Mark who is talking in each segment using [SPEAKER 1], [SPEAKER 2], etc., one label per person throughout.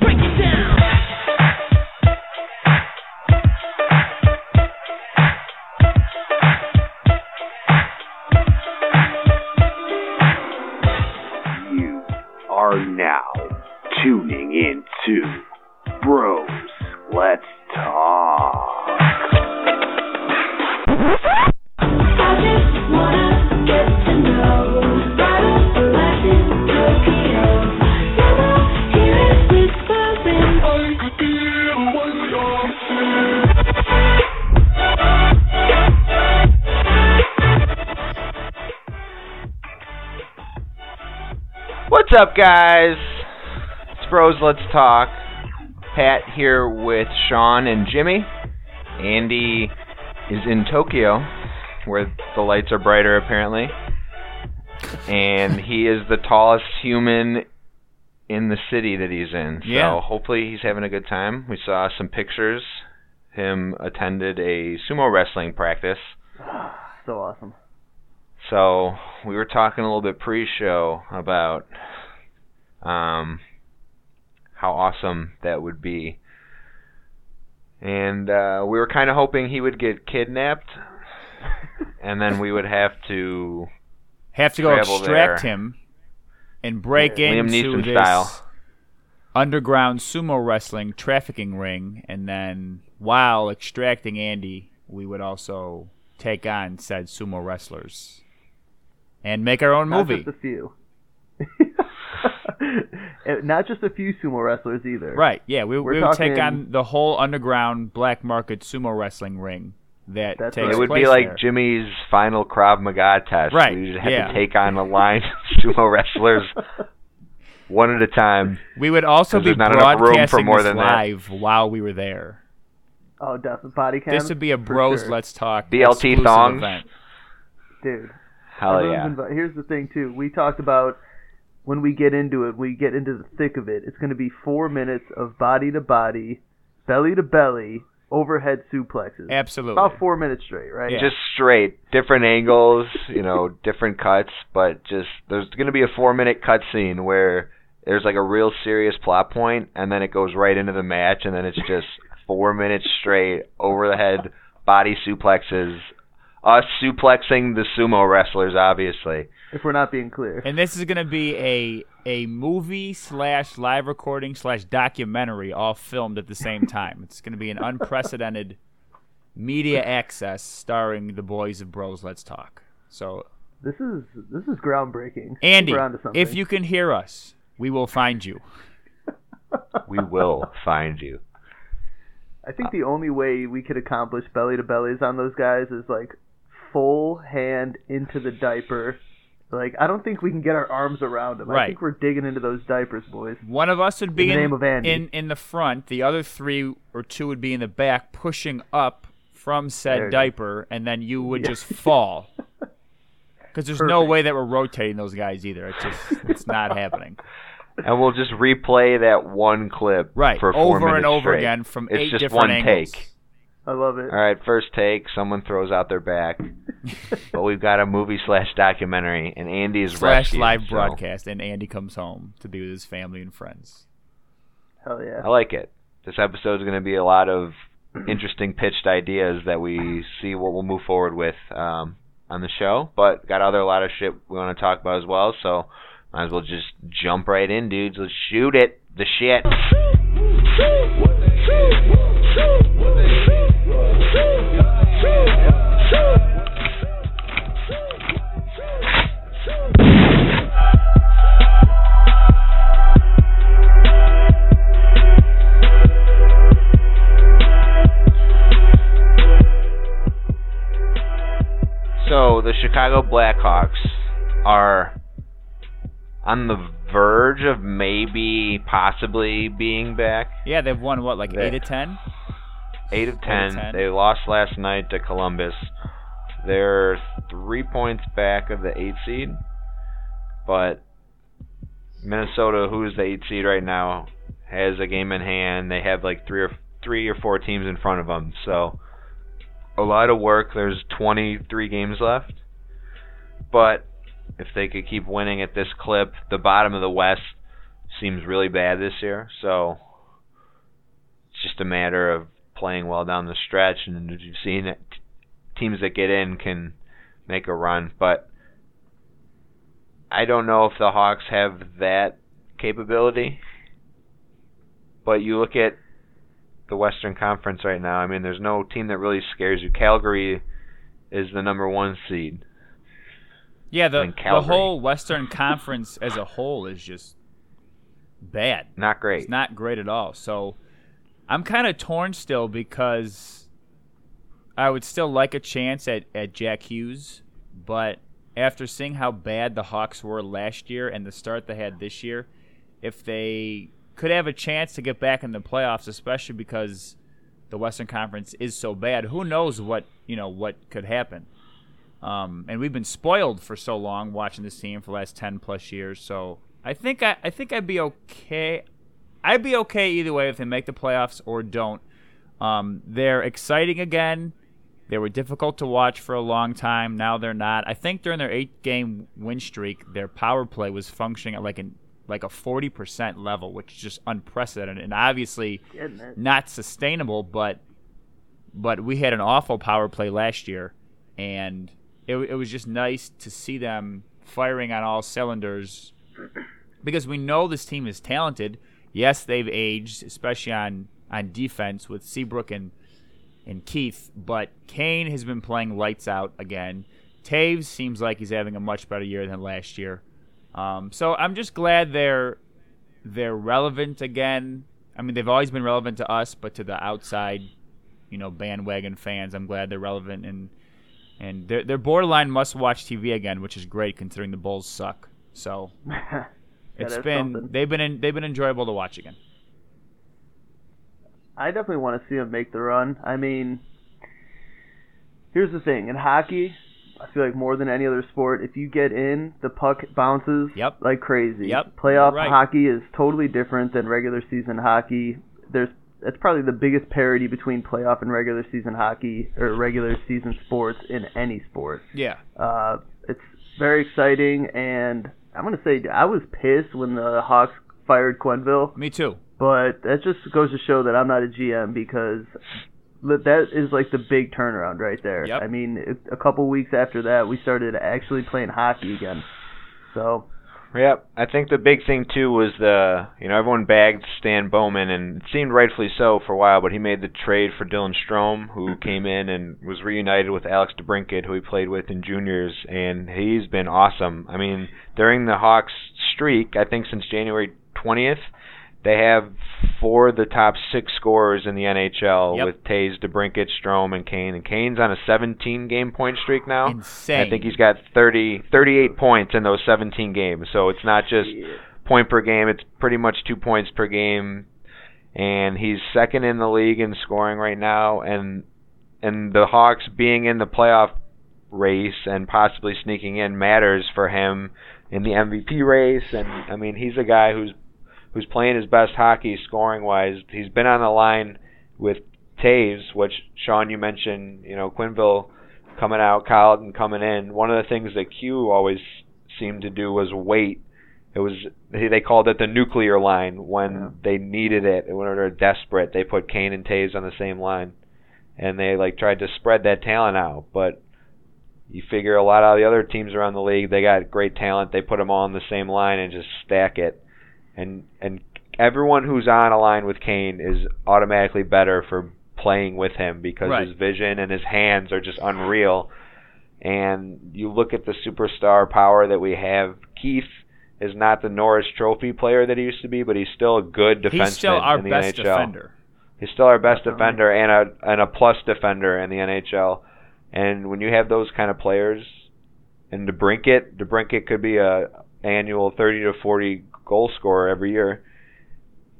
[SPEAKER 1] Break it down.
[SPEAKER 2] You are now tuning into Bros Let's Talk.
[SPEAKER 3] What's up, guys? It's Bros Let's Talk. Pat here with Sean and Jimmy. Andy is in Tokyo, where the lights are brighter, apparently. And he is the tallest human in the city that he's in. So
[SPEAKER 4] Yeah.
[SPEAKER 3] hopefully he's having a good time. We saw some pictures. Him attended a sumo wrestling practice.
[SPEAKER 4] So awesome.
[SPEAKER 3] So we were talking a little bit pre-show about um, how awesome that would be, and uh, we were kind of hoping he would get kidnapped, and then we would have to
[SPEAKER 4] Have to go
[SPEAKER 3] Travel
[SPEAKER 4] extract
[SPEAKER 3] there.
[SPEAKER 4] him and break
[SPEAKER 3] Liam
[SPEAKER 4] into
[SPEAKER 3] Neeson
[SPEAKER 4] this
[SPEAKER 3] style.
[SPEAKER 4] underground sumo wrestling trafficking ring, and then while extracting Andy, we would also take on said sumo wrestlers and make our own
[SPEAKER 5] Not
[SPEAKER 4] movie.
[SPEAKER 5] just a few. And Not just a few sumo wrestlers either.
[SPEAKER 4] Right? Yeah, we, we
[SPEAKER 5] We're
[SPEAKER 4] would take
[SPEAKER 5] talking-
[SPEAKER 4] on the whole underground black market sumo wrestling ring that
[SPEAKER 5] That's
[SPEAKER 4] takes
[SPEAKER 5] right.
[SPEAKER 3] it would be
[SPEAKER 4] place
[SPEAKER 3] like
[SPEAKER 4] there.
[SPEAKER 3] Jimmy's final Krav Maga test.
[SPEAKER 4] Right,
[SPEAKER 3] We would have
[SPEAKER 4] yeah.
[SPEAKER 3] to take on a line of sumo wrestlers one at a time.
[SPEAKER 4] we would also
[SPEAKER 3] 'cause
[SPEAKER 4] be
[SPEAKER 3] there's not enough room for
[SPEAKER 4] broadcasting
[SPEAKER 3] more
[SPEAKER 4] this
[SPEAKER 3] than that.
[SPEAKER 4] live while we were there.
[SPEAKER 5] Oh, death and body cam.
[SPEAKER 4] This would be a
[SPEAKER 5] for
[SPEAKER 4] bros
[SPEAKER 5] sure.
[SPEAKER 4] let's talk
[SPEAKER 3] BLT
[SPEAKER 4] exclusive
[SPEAKER 3] thongs?
[SPEAKER 4] event.
[SPEAKER 5] Dude.
[SPEAKER 3] Hell
[SPEAKER 5] everyone's
[SPEAKER 3] yeah!
[SPEAKER 5] invi- Here's the thing too. We talked about when we get into it, we get into the thick of it. It's going to be four minutes of body to body, belly to belly, overhead suplexes.
[SPEAKER 4] Absolutely.
[SPEAKER 5] About four minutes straight, right?
[SPEAKER 4] Yeah.
[SPEAKER 3] just straight different angles you know different cuts but just there's going to be a four minute cutscene where there's like a real serious plot point and then it goes right into the match and then it's just four minutes straight over the head body suplexes us suplexing the sumo wrestlers obviously
[SPEAKER 5] If we're not being clear.
[SPEAKER 4] And this is gonna be a a movie slash live recording slash documentary all filmed at the same time. it's gonna be an unprecedented media access starring the boys of Bros Let's Talk. So
[SPEAKER 5] This is this is groundbreaking.
[SPEAKER 4] Andy,
[SPEAKER 5] we're onto something.
[SPEAKER 4] if you can hear us, we will find you.
[SPEAKER 3] we will find you
[SPEAKER 5] I think the only way we could accomplish belly to bellies on those guys is like full hand into the diaper. Like I don't think we can get our arms around them. I
[SPEAKER 4] Right.
[SPEAKER 5] think we're digging into those diapers, boys.
[SPEAKER 4] One of us would be
[SPEAKER 5] In the
[SPEAKER 4] in,
[SPEAKER 5] name of Andy.
[SPEAKER 4] in in the front. The other three or two would be in the back, pushing up from said
[SPEAKER 5] There you go.
[SPEAKER 4] diaper, and then you would just fall. Because there's no way that we're rotating those guys either. It's just it's not happening.
[SPEAKER 3] and we'll just replay that one clip
[SPEAKER 4] Right,
[SPEAKER 3] for four
[SPEAKER 4] over and
[SPEAKER 3] minutes
[SPEAKER 4] over
[SPEAKER 3] straight.
[SPEAKER 4] again from
[SPEAKER 3] it's
[SPEAKER 4] eight
[SPEAKER 3] just
[SPEAKER 4] different
[SPEAKER 3] one
[SPEAKER 4] angles.
[SPEAKER 3] take
[SPEAKER 5] I love it.
[SPEAKER 3] All right, first take. Someone throws out their back, but we've got a movie slash documentary, and Andy is
[SPEAKER 4] Slash
[SPEAKER 3] rescued,
[SPEAKER 4] live
[SPEAKER 3] so
[SPEAKER 4] broadcast, and Andy comes home to be with his family and friends.
[SPEAKER 5] Hell yeah.
[SPEAKER 3] I like it. This episode is going to be a lot of interesting pitched ideas that we see what we'll move forward with um, on the show. But got other a lot of shit we want to talk about as well. So might as well just jump right in, dudes. Let's shoot it. The shit. So the Chicago Blackhawks are on the verge of maybe possibly being back.
[SPEAKER 4] Yeah, they've won what, like
[SPEAKER 3] Yeah.
[SPEAKER 4] eight to ten?
[SPEAKER 3] Eight of
[SPEAKER 4] Eight of
[SPEAKER 3] ten.
[SPEAKER 4] 10.
[SPEAKER 3] They lost last night to Columbus. They're three points back of the eight seed, but Minnesota, who is the eight seed right now, has a game in hand. They have like three or three or four teams in front of them, so a lot of work. There's 23 games left, but if they could keep winning at this clip, the bottom of the West seems really bad this year. So it's just a matter of playing well down the stretch, and as you've seen, it, teams that get in can make a run. But I don't know if the Hawks have that capability. But you look at the Western Conference right now. I mean, there's no team that really scares you. Calgary is the number one seed.
[SPEAKER 4] Yeah, the,
[SPEAKER 3] And
[SPEAKER 4] the
[SPEAKER 3] Calgary.
[SPEAKER 4] whole Western Conference as a whole is just bad.
[SPEAKER 3] Not great.
[SPEAKER 4] It's not great at all. So I'm kind of torn still because I would still like a chance at, at Jack Hughes, but after seeing how bad the Hawks were last year and the start they had this year, if they could have a chance to get back in the playoffs, especially because the Western Conference is so bad, who knows what you know what could happen. Um, and we've been spoiled for so long watching this team for the last ten plus years. So I think I, I think I'd be okay. I'd be okay either way if they make the playoffs or don't. Um, they're exciting again. They were difficult to watch for a long time. Now they're not. I think during their eight-game win streak, their power play was functioning at like an like a forty percent level, which is just unprecedented. And obviously,
[SPEAKER 5] Getting it.
[SPEAKER 4] not sustainable, but but we had an awful power play last year, and it, it was just nice to see them firing on all cylinders because we know this team is talented. Yes, they've aged, especially on on defense with Seabrook and and Keith, but Kane has been playing lights out again. Taves seems like he's having a much better year than last year. Um, so I'm just glad they're they're relevant again. I mean, they've always been relevant to us, but to the outside, you know, bandwagon fans, I'm glad they're relevant and and they're they're borderline must-watch TV again, which is great considering the Bulls suck. So it's
[SPEAKER 5] that's
[SPEAKER 4] been
[SPEAKER 5] something.
[SPEAKER 4] they've been in, they've been enjoyable to watch again.
[SPEAKER 5] I definitely want to see him make the run. I mean, here's the thing in hockey, I feel like more than any other sport, if you get in, the puck bounces
[SPEAKER 4] Yep.
[SPEAKER 5] like crazy.
[SPEAKER 4] Yep, you're
[SPEAKER 5] Playoff
[SPEAKER 4] right.
[SPEAKER 5] hockey is totally different than regular season hockey. There's that's probably the biggest parity between playoff and regular season hockey or regular season sports in any sport.
[SPEAKER 4] Yeah,
[SPEAKER 5] Uh, it's very exciting, and I'm gonna say I was pissed when the Hawks fired Quenville.
[SPEAKER 4] me too.
[SPEAKER 5] But that just goes to show that I'm not a GM because li- that is like the big turnaround right there.
[SPEAKER 4] Yep.
[SPEAKER 5] I mean, it, a couple weeks after that, we started actually playing hockey again. So
[SPEAKER 3] Yep. I think the big thing too was the you know everyone bagged Stan Bowman and it seemed rightfully so for a while, but he made the trade for Dylan Strom, who came in and was reunited with Alex DeBrinket, who he played with in juniors, and he's been awesome. I mean, during the Hawks streak, I think since January 20th, they have four of the top six scorers in the NHL
[SPEAKER 4] Yep.
[SPEAKER 3] with Tays, DeBrinket, Strom, and Kane. And Kane's on a 17 game point streak now.
[SPEAKER 4] Insane.
[SPEAKER 3] Oh, I think he's got 30, 38 points in those 17 games. So it's not just point per game. It's pretty much two points per game. And he's second in the league in scoring right now. And and the Hawks being in the playoff race and possibly sneaking in matters for him in the MVP race. And I mean, he's a guy who's who's playing his best hockey scoring wise. He's been on the line with Taves, which Sean you mentioned. You know, Quinville coming out, Colin coming in. One of the things that Q always seemed to do was wait. It was they called it the nuclear line when
[SPEAKER 5] Yeah.
[SPEAKER 3] they needed it. When they were desperate, they put Kane and Taves on the same line, and they like tried to spread that talent out. But you figure a lot of the other teams around the league, they got great talent. They put them all on the same line and just stack it. And and everyone who's on a line with Kane is automatically better for playing with him because
[SPEAKER 4] Right.
[SPEAKER 3] his vision and his hands are just unreal. And you look at the superstar power that we have. Keith is not the Norris Trophy player that he used to be, but he's still a good defenseman
[SPEAKER 4] he's still our
[SPEAKER 3] in the
[SPEAKER 4] best
[SPEAKER 3] NHL.
[SPEAKER 4] defender.
[SPEAKER 3] He's still our best
[SPEAKER 5] Definitely.
[SPEAKER 3] defender and a and a plus defender in the NHL. And when you have those kind of players, and DeBrinket, DeBrinket could be a annual 30 to 40 goal scorer every year.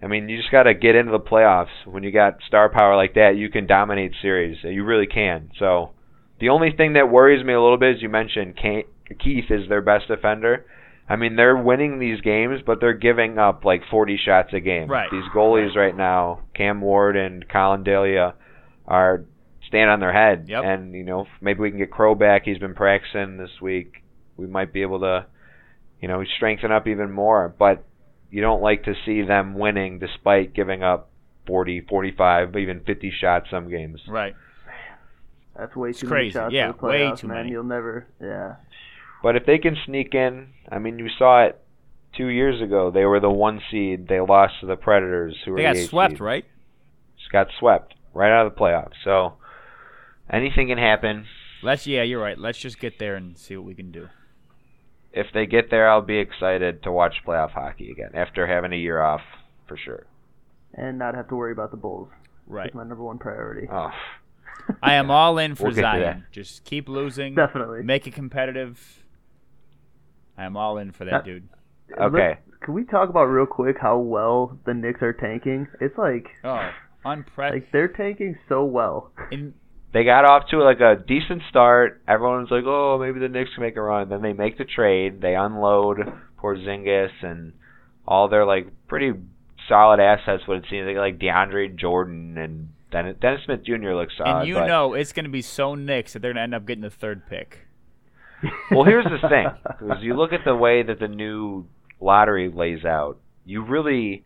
[SPEAKER 3] I mean, you just got to get into the playoffs. When you got star power like that, you can dominate series. You really can. So The only thing that worries me a little bit is you mentioned Ke- Keith is their best defender. I mean, they're winning these games, but they're giving up like 40 shots a game.
[SPEAKER 4] Right.
[SPEAKER 3] These goalies right now, Cam Ward and Colin Delia, are stand on their head.
[SPEAKER 4] Yep.
[SPEAKER 3] And you know, maybe we can get Crow back. He's been practicing this week. We might be able to, you know, strengthen up even more. But you don't like to see them winning despite giving up 40, 45, even 50 shots some games.
[SPEAKER 4] Right.
[SPEAKER 5] That's way
[SPEAKER 4] It's
[SPEAKER 5] too
[SPEAKER 4] crazy.
[SPEAKER 5] many shots
[SPEAKER 4] Yeah,
[SPEAKER 5] for the
[SPEAKER 4] way
[SPEAKER 5] playoffs,
[SPEAKER 4] too
[SPEAKER 5] man.
[SPEAKER 4] many.
[SPEAKER 5] You'll never. Yeah.
[SPEAKER 3] But if they can sneak in, I mean, you saw it two years ago. They were the one seed. They lost to the Predators, who were
[SPEAKER 4] They got
[SPEAKER 3] the eight
[SPEAKER 4] swept,
[SPEAKER 3] seed.
[SPEAKER 4] right?
[SPEAKER 3] Just got swept right out of the playoffs. So anything can happen.
[SPEAKER 4] Let's. Yeah, you're right. Let's just get there and see what we can do.
[SPEAKER 3] If they get there, I'll be excited to watch playoff hockey again after having a year off for sure.
[SPEAKER 5] And not have to worry about the Bulls.
[SPEAKER 4] Right. Uh,
[SPEAKER 5] It's my number one priority.
[SPEAKER 3] Oh,
[SPEAKER 4] I am all in for
[SPEAKER 3] We'll get to
[SPEAKER 4] Zion. Just keep losing.
[SPEAKER 5] Definitely.
[SPEAKER 4] Make it competitive. I am all in for that,
[SPEAKER 5] That-
[SPEAKER 4] dude.
[SPEAKER 3] okay.
[SPEAKER 5] Look, can we talk about real quick how well the Knicks are tanking? It's like
[SPEAKER 4] Oh, unprecedented.
[SPEAKER 5] like they're tanking so well.
[SPEAKER 4] In
[SPEAKER 3] They got off to like a decent start. Everyone's like, "Oh, maybe the Knicks can make a run." Then they make the trade. They unload Porzingis and all their like pretty solid assets. What it seems like, like DeAndre Jordan and Dennis, Dennis Smith Jr. looks solid.
[SPEAKER 4] and you
[SPEAKER 3] but-
[SPEAKER 4] know it's going to be so Knicks that they're going to end up getting the third pick.
[SPEAKER 3] well, here's the thing: because you look at the way that the new lottery lays out, you really,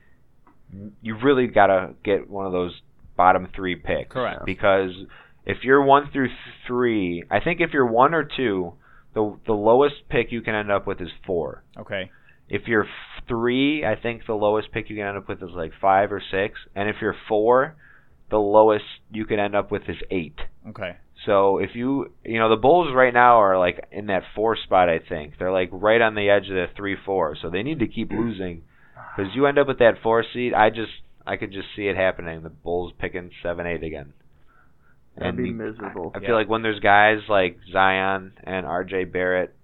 [SPEAKER 3] you really gotta get one of those bottom three picks.
[SPEAKER 4] Correct.
[SPEAKER 3] Because if you're one through three, I think if you're one or two, the the lowest pick you can end up with is four.
[SPEAKER 4] Okay.
[SPEAKER 3] If you're f- three, I think the lowest pick you can end up with is like five or six, and if you're four, the lowest you can end up with is eight.
[SPEAKER 4] Okay.
[SPEAKER 3] So if you you know the Bulls right now are like in that four spot I think they're like right on the edge of the three four so they need to keep
[SPEAKER 5] Mm.
[SPEAKER 3] losing because you end up with that four seed I just I could just see it happening the Bulls picking seven eight again.
[SPEAKER 5] That'd be
[SPEAKER 3] you-
[SPEAKER 5] miserable.
[SPEAKER 3] I
[SPEAKER 4] Yeah.
[SPEAKER 3] feel like when there's guys like Zion and R.J. Barrett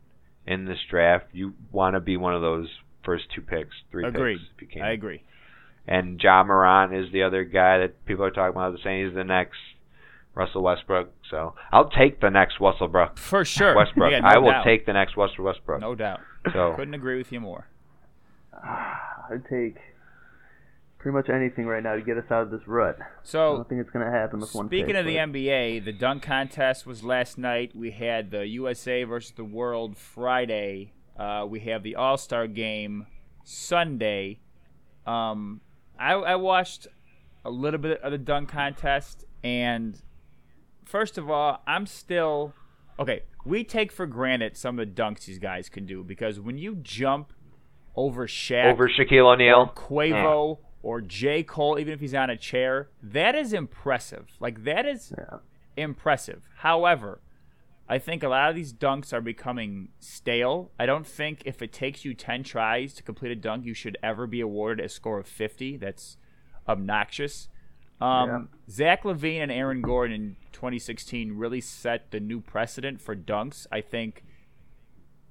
[SPEAKER 3] in this draft you want to be one of those first two picks three
[SPEAKER 4] Agreed.
[SPEAKER 3] picks if you can.
[SPEAKER 4] I agree.
[SPEAKER 3] And Ja Moran is the other guy that people are talking about. They're saying he's the next Russell Westbrook. So I'll take the next Russell Brook.
[SPEAKER 4] For sure.
[SPEAKER 3] Westbrook.
[SPEAKER 4] Yeah, no
[SPEAKER 3] I will
[SPEAKER 4] doubt.
[SPEAKER 3] take Oh. the next Russell Westbrook.
[SPEAKER 4] No doubt.
[SPEAKER 3] So
[SPEAKER 4] Couldn't agree with you more.
[SPEAKER 5] I'd take pretty much anything right now to get us out of this rut. I
[SPEAKER 4] So,
[SPEAKER 5] don't think it's gonna happen with one.
[SPEAKER 4] Speaking
[SPEAKER 5] pick,
[SPEAKER 4] of the
[SPEAKER 5] but-
[SPEAKER 4] NBA, the dunk contest was last night. We had the USA versus the world Friday. Uh, we have the All Star game Sunday. Um, I, I watched a little bit of the dunk contest, and first of all, I'm still okay. We take for granted some of the dunks these guys can do because when you jump over Shaq,
[SPEAKER 3] over Shaquille O'Neal.
[SPEAKER 4] Quavo or J. Cole, even if he's on a chair, that is impressive. Like that is
[SPEAKER 5] Yeah.
[SPEAKER 4] impressive. However, I think a lot of these dunks are becoming stale. I don't think if it takes you ten tries to complete a dunk, you should ever be awarded a score of fifty. That's obnoxious. Um, Zach Levine and Aaron Gordon in 2016 really set the new precedent for dunks. I think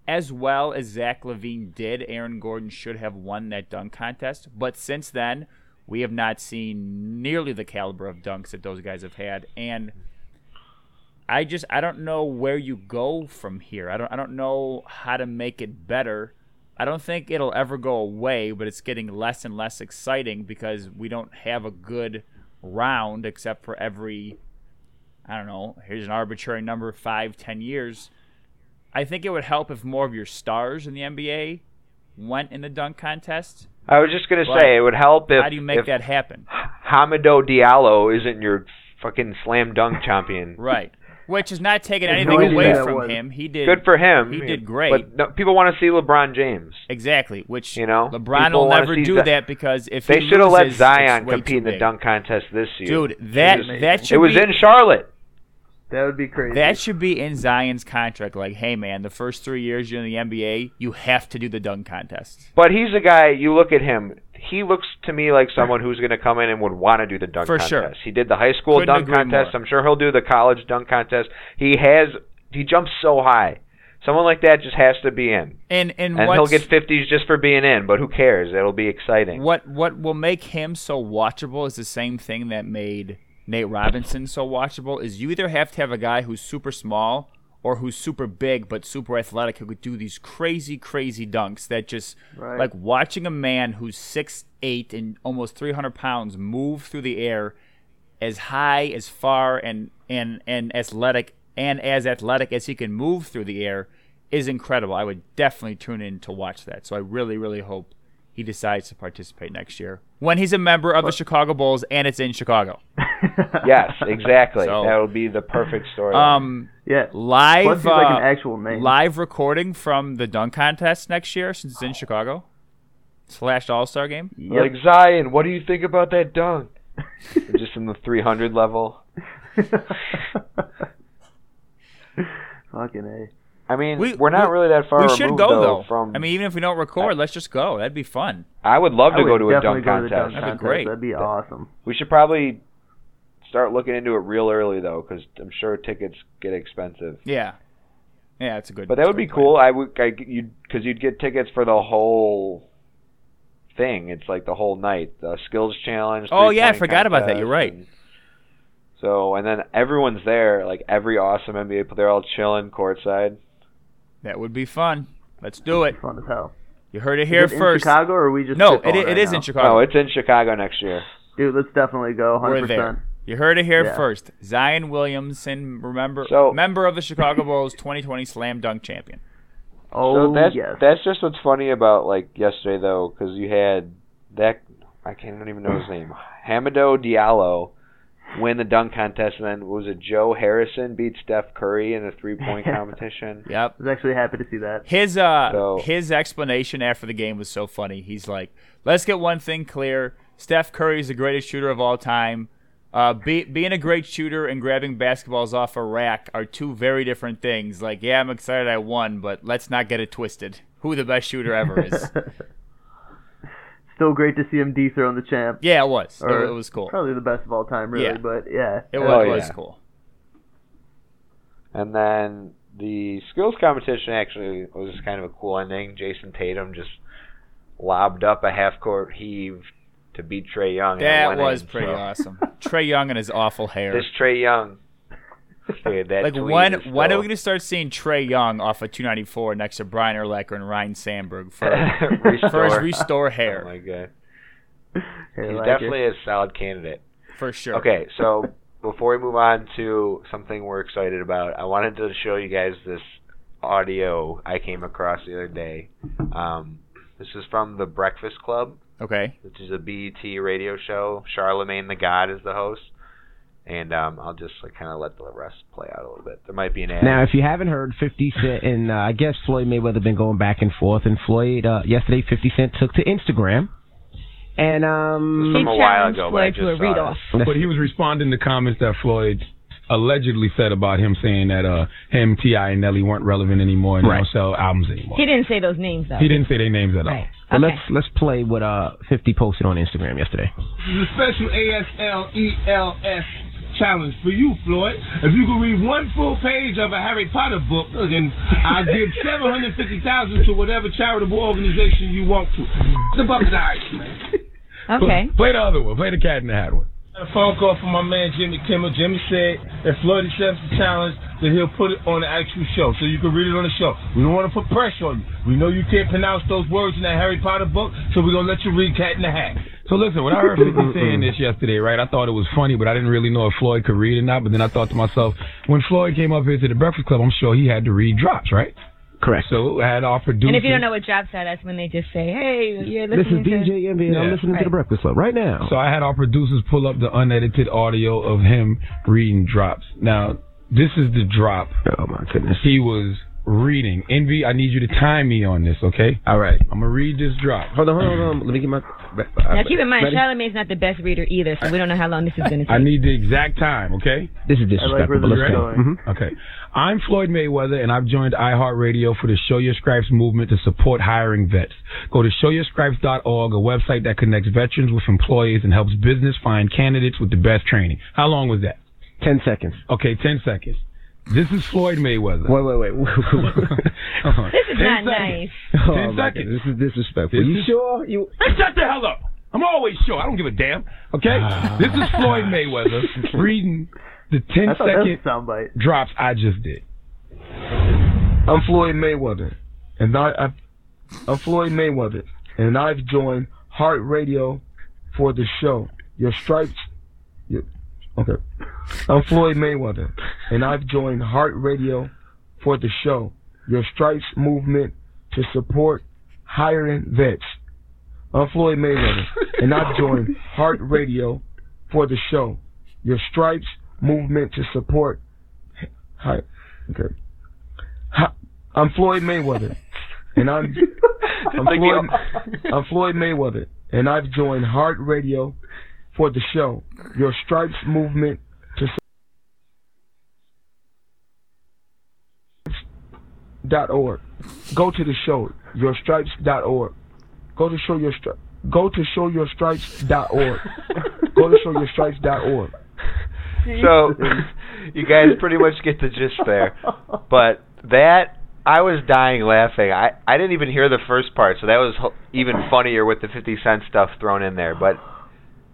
[SPEAKER 4] as well as Zach Levine did, Aaron Gordon should have won that dunk contest. But since then, we have not seen nearly the caliber of dunks that those guys have had. And I just I don't know where you go from here. I don't I don't know how to make it better. I don't think it'll ever go away, but it's getting less and less exciting because we don't have a good round except for every I don't know, here's an arbitrary number, five, ten years. I think it would help if more of your stars in the NBA went in the dunk contest.
[SPEAKER 3] I was just gonna
[SPEAKER 4] But
[SPEAKER 3] say it would help if
[SPEAKER 4] How do you make
[SPEAKER 3] if
[SPEAKER 4] that happen?
[SPEAKER 3] Hamidou Diallo isn't your fucking slam dunk champion.
[SPEAKER 4] Right. Which is not taking
[SPEAKER 5] There's
[SPEAKER 4] anything
[SPEAKER 5] no reason
[SPEAKER 4] away
[SPEAKER 5] that
[SPEAKER 4] from
[SPEAKER 5] was.
[SPEAKER 4] him. He did
[SPEAKER 3] Good for him.
[SPEAKER 4] He did great.
[SPEAKER 3] But no, people want to see LeBron James.
[SPEAKER 4] Exactly, which
[SPEAKER 3] You know,
[SPEAKER 4] LeBron
[SPEAKER 3] people
[SPEAKER 4] will
[SPEAKER 3] wanna
[SPEAKER 4] never
[SPEAKER 3] see
[SPEAKER 4] do
[SPEAKER 3] Zi-
[SPEAKER 4] that because if
[SPEAKER 3] They
[SPEAKER 4] he
[SPEAKER 3] should have let
[SPEAKER 4] loses, it's
[SPEAKER 3] Zion
[SPEAKER 4] way
[SPEAKER 3] compete
[SPEAKER 4] too
[SPEAKER 3] in the
[SPEAKER 4] big.
[SPEAKER 3] dunk contest this year.
[SPEAKER 4] Dude, that
[SPEAKER 5] amazing.
[SPEAKER 4] that should
[SPEAKER 3] it was
[SPEAKER 4] be
[SPEAKER 3] in Charlotte.
[SPEAKER 5] That would be crazy.
[SPEAKER 4] that should be in Zion's contract. Like, hey man, the first three years you're in the NBA, you have to do the dunk contest.
[SPEAKER 3] But he's a guy. You look at him. He looks to me like someone who's going to come in and would want to do the dunk
[SPEAKER 4] For
[SPEAKER 3] contest.
[SPEAKER 4] sure.
[SPEAKER 3] He did the high school
[SPEAKER 4] Couldn't
[SPEAKER 3] dunk
[SPEAKER 4] agree
[SPEAKER 3] contest.
[SPEAKER 4] more.
[SPEAKER 3] I'm sure he'll do the college dunk contest. He has. He jumps so high. Someone like that just has to be in,
[SPEAKER 4] And and,
[SPEAKER 3] and he'll
[SPEAKER 4] what's-
[SPEAKER 3] get 50s just for being in. But who cares? It'll be exciting.
[SPEAKER 4] what what will make him so watchable is the same thing that made Nate Robinson so watchable is you either have to have a guy who's super small or who's super big but super athletic who could do these crazy, crazy dunks that just
[SPEAKER 5] Right.
[SPEAKER 4] like watching a man who's six eight and almost three hundred pounds move through the air as high, as far, and and and athletic and as athletic as he can move through the air is incredible. I would definitely tune in to watch that. So I really, really hope he decides to participate next year when he's a member of the Chicago Bulls and it's in Chicago.
[SPEAKER 3] Yes, exactly.
[SPEAKER 4] So-
[SPEAKER 3] that would be the perfect story.
[SPEAKER 4] Um,
[SPEAKER 5] Yeah.
[SPEAKER 4] live
[SPEAKER 5] Plus, he's like
[SPEAKER 4] uh,
[SPEAKER 5] an actual name.
[SPEAKER 4] live recording from the dunk contest next year since it's in Chicago slash All Star game.
[SPEAKER 5] Yep.
[SPEAKER 3] Like Zion, what do you think about that dunk? Just in the 300 level.
[SPEAKER 5] Fucking a.
[SPEAKER 3] I mean,
[SPEAKER 4] We-
[SPEAKER 3] we, are not
[SPEAKER 4] we-
[SPEAKER 3] really that far
[SPEAKER 4] we
[SPEAKER 3] removed
[SPEAKER 4] should go
[SPEAKER 3] though,
[SPEAKER 4] though.
[SPEAKER 3] from.
[SPEAKER 4] I mean, even if we don't record, let's just go. That'd be fun.
[SPEAKER 3] I would love to
[SPEAKER 5] I would
[SPEAKER 3] go to a
[SPEAKER 5] definitely
[SPEAKER 3] dunk
[SPEAKER 5] go to the
[SPEAKER 3] contest.
[SPEAKER 5] dunk
[SPEAKER 4] That'd be
[SPEAKER 5] contest.
[SPEAKER 4] great.
[SPEAKER 5] That'd be awesome.
[SPEAKER 3] We should probably start looking into it real early though, because I'm sure tickets get expensive.
[SPEAKER 4] Yeah, yeah, it's a good.
[SPEAKER 3] But that
[SPEAKER 4] it's a
[SPEAKER 3] would be
[SPEAKER 4] good plan.
[SPEAKER 3] cool. I would, I, you'd, because you'd get tickets for the whole thing. It's like the whole night, the skills challenge.
[SPEAKER 4] Oh, yeah, I
[SPEAKER 3] three-point
[SPEAKER 4] forgot about that.
[SPEAKER 3] contest,
[SPEAKER 4] You're right.
[SPEAKER 3] and- so and then everyone's there, like every awesome NBA player, they're all chilling courtside.
[SPEAKER 4] That would be fun. Let's do it.
[SPEAKER 5] It's fun as hell.
[SPEAKER 4] You heard it
[SPEAKER 5] Is
[SPEAKER 4] here
[SPEAKER 5] it in
[SPEAKER 4] first.
[SPEAKER 5] Chicago, or are we just
[SPEAKER 4] no,
[SPEAKER 5] spitballing
[SPEAKER 4] it, it
[SPEAKER 5] right
[SPEAKER 4] is
[SPEAKER 5] now?
[SPEAKER 4] in
[SPEAKER 3] No,
[SPEAKER 4] Chicago.
[SPEAKER 3] Oh, it's in Chicago next year.
[SPEAKER 5] Dude, let's definitely go. 100%.
[SPEAKER 4] We're there. You heard it here
[SPEAKER 5] Yeah.
[SPEAKER 4] first. Zion Williamson, remember,
[SPEAKER 3] So-
[SPEAKER 4] member of the Chicago Bulls 2020 Slam Dunk Champion.
[SPEAKER 5] Oh
[SPEAKER 3] so that's
[SPEAKER 5] yes.
[SPEAKER 3] that's just what's funny about like yesterday though, because you had that I can't I don't even know his name, Hamado Diallo, win the dunk contest, and then was it Joe Harrison beat Steph Curry in a three point competition?
[SPEAKER 4] Yep.
[SPEAKER 5] I was actually happy to see that.
[SPEAKER 4] His uh
[SPEAKER 3] So-
[SPEAKER 4] his explanation after the game was so funny. He's like, "Let's get one thing clear. Steph Curry is the greatest shooter of all time. Uh, be, being a great shooter and grabbing basketballs off a rack are two very different things. Like, yeah, I'm excited I won, but let's not get it twisted. Who the best shooter ever is?
[SPEAKER 5] Still great to see him dethrone the champ.
[SPEAKER 4] yeah, it was. It-
[SPEAKER 5] Or
[SPEAKER 4] it was cool.
[SPEAKER 5] Probably the best of all time, really.
[SPEAKER 4] Yeah.
[SPEAKER 5] But yeah,
[SPEAKER 4] It
[SPEAKER 3] Oh,
[SPEAKER 4] was, it was
[SPEAKER 3] yeah.
[SPEAKER 4] cool.
[SPEAKER 3] And then the skills competition actually was just kind of a cool ending. Jason Tatum just lobbed up a half court heave to beat Trey Young. and it
[SPEAKER 4] That
[SPEAKER 3] went
[SPEAKER 4] was
[SPEAKER 3] in,
[SPEAKER 4] pretty
[SPEAKER 3] so.
[SPEAKER 4] awesome. Trey Young and his awful hair.
[SPEAKER 3] This Trey Young. Dude, that
[SPEAKER 4] like
[SPEAKER 3] tweet
[SPEAKER 4] when
[SPEAKER 3] is
[SPEAKER 4] when are
[SPEAKER 3] still-
[SPEAKER 4] we gonna start seeing Trey Young off of 294 next to Brian Erlacher and Ryan Sandberg for
[SPEAKER 3] restore.
[SPEAKER 4] for his restore
[SPEAKER 3] Oh
[SPEAKER 4] hair
[SPEAKER 3] my god,
[SPEAKER 5] Hey,
[SPEAKER 3] he's
[SPEAKER 5] like it.
[SPEAKER 3] definitely a solid candidate.
[SPEAKER 4] for sure.
[SPEAKER 3] Okay, so before we move on to something we're excited about, I wanted to show you guys this audio I came across the other day. Um, this is from the Breakfast Club,
[SPEAKER 4] Okay.
[SPEAKER 3] which is a BET radio show. Charlemagne the God is the host, and um, I'll just like kind of let the rest play out a little bit. There might be an ad.
[SPEAKER 6] Now, if you haven't heard, 50 Cent and uh, I guess Floyd Mayweather been going back and forth, and Floyd uh, yesterday, 50 Cent took to Instagram, and
[SPEAKER 3] This is
[SPEAKER 6] um,
[SPEAKER 3] from a while ago, but I just saw it.
[SPEAKER 6] let's-
[SPEAKER 7] But he was responding to comments that Floyd allegedly said about him, saying that uh, him, T.I., and Nelly weren't relevant anymore and
[SPEAKER 6] Right.
[SPEAKER 7] don't sell albums anymore.
[SPEAKER 8] He didn't say those names though.
[SPEAKER 7] He didn't say their names at all.
[SPEAKER 8] Right.
[SPEAKER 6] but
[SPEAKER 8] Okay.
[SPEAKER 6] let's let's play what uh 50 posted on Instagram yesterday.
[SPEAKER 9] This is a special A-S-L-E-L-S challenge for you, Floyd. If you could read one full page of a Harry Potter book, then I'll give 750000 to whatever charitable organization you want to. The bucket eyes, man.
[SPEAKER 8] okay.
[SPEAKER 7] Play the other one. Play the cat in the hat one.
[SPEAKER 9] Got a phone call from my man Jimmy Kimmel. Jimmy said if Floyd accepts the challenge, that he'll put it on the actual show, so you can read it on the show. We don't want to put pressure on you. We know you can't pronounce those words in that Harry Potter book, so we're gonna let you read Cat in the Hat.
[SPEAKER 7] So listen, when I heard 50 saying this yesterday, right, I thought it was funny, but I didn't really know if Floyd could read or not. But then I thought to myself, when Floyd came up here to the Breakfast Club, I'm sure he had to read drops, right?
[SPEAKER 6] Correct.
[SPEAKER 7] So I had our producer.
[SPEAKER 8] And if you don't know what job said, that's when they just say, "Hey, you're
[SPEAKER 6] This is
[SPEAKER 8] listening to."
[SPEAKER 6] DJ Envy, and I'm
[SPEAKER 7] Yeah.
[SPEAKER 6] listening to the
[SPEAKER 8] Right.
[SPEAKER 6] Breakfast Club right now.
[SPEAKER 7] So I had our producers pull up the unedited audio of him reading drops. Now, this is the drop
[SPEAKER 6] oh my goodness.
[SPEAKER 7] he was reading. Envy, I need you to time me on this, okay?
[SPEAKER 6] All right,
[SPEAKER 7] I'm gonna read this drop.
[SPEAKER 6] hold on, hold on, hold on. let me get my.
[SPEAKER 8] Now keep in mind,
[SPEAKER 6] Ready?
[SPEAKER 8] Charlemagne's not the best reader either, so we don't know how long this is going to
[SPEAKER 7] I
[SPEAKER 8] take.
[SPEAKER 7] need the exact time, okay?
[SPEAKER 6] This is
[SPEAKER 5] I like
[SPEAKER 6] disrespectful.
[SPEAKER 5] where
[SPEAKER 6] but
[SPEAKER 5] this
[SPEAKER 6] let's
[SPEAKER 7] is
[SPEAKER 6] go.
[SPEAKER 5] going.
[SPEAKER 4] Mm-hmm.
[SPEAKER 6] Mhm.
[SPEAKER 7] Okay. I'm Floyd Mayweather, and I've joined iHeartRadio for the Show Your Stripes movement to support hiring vets. Go to showyourstripes.org, a website that connects veterans with employers and helps business find candidates with the best training. How long was that?
[SPEAKER 6] Ten seconds.
[SPEAKER 7] Okay, 10 seconds. This is Floyd Mayweather.
[SPEAKER 6] Wait, wait, wait.
[SPEAKER 7] this
[SPEAKER 8] This is not nice.
[SPEAKER 6] Oh, my
[SPEAKER 7] seconds. Oh,
[SPEAKER 6] goodness, This is disrespectful.
[SPEAKER 7] This
[SPEAKER 6] you
[SPEAKER 7] is-
[SPEAKER 6] sure? You
[SPEAKER 7] Shut the hell up! I'm always short. I don't give a damn. Okay? this is Floyd Mayweather reading the 10
[SPEAKER 5] I thought that was
[SPEAKER 7] second
[SPEAKER 5] a soundbite.
[SPEAKER 7] drops I just did. I'm Floyd Mayweather, and I, I I'm Floyd Mayweather, and I've joined Heart Radio for the show. Your stripes, your, okay. I'm Floyd Mayweather, and I've joined Heart Radio for the show. Your stripes movement to support hiring vets. I'm Floyd Mayweather, and I've joined Heart Radio for the show. Your stripes movement to support. Hi, okay. Hi, I'm Floyd Mayweather, and I'm I'm Floyd, I'm Floyd Mayweather, and I've joined Heart Radio for the show. Your stripes movement to dot org. Go to the show your stripes dot org. Go to show your stri- go to show your stripes dot org. go to show your stripes dot org.
[SPEAKER 3] So you guys pretty much get the gist there. But that I was dying laughing. I I didn't even hear the first part, so that was ho- even funnier with the 50 cent stuff thrown in there, but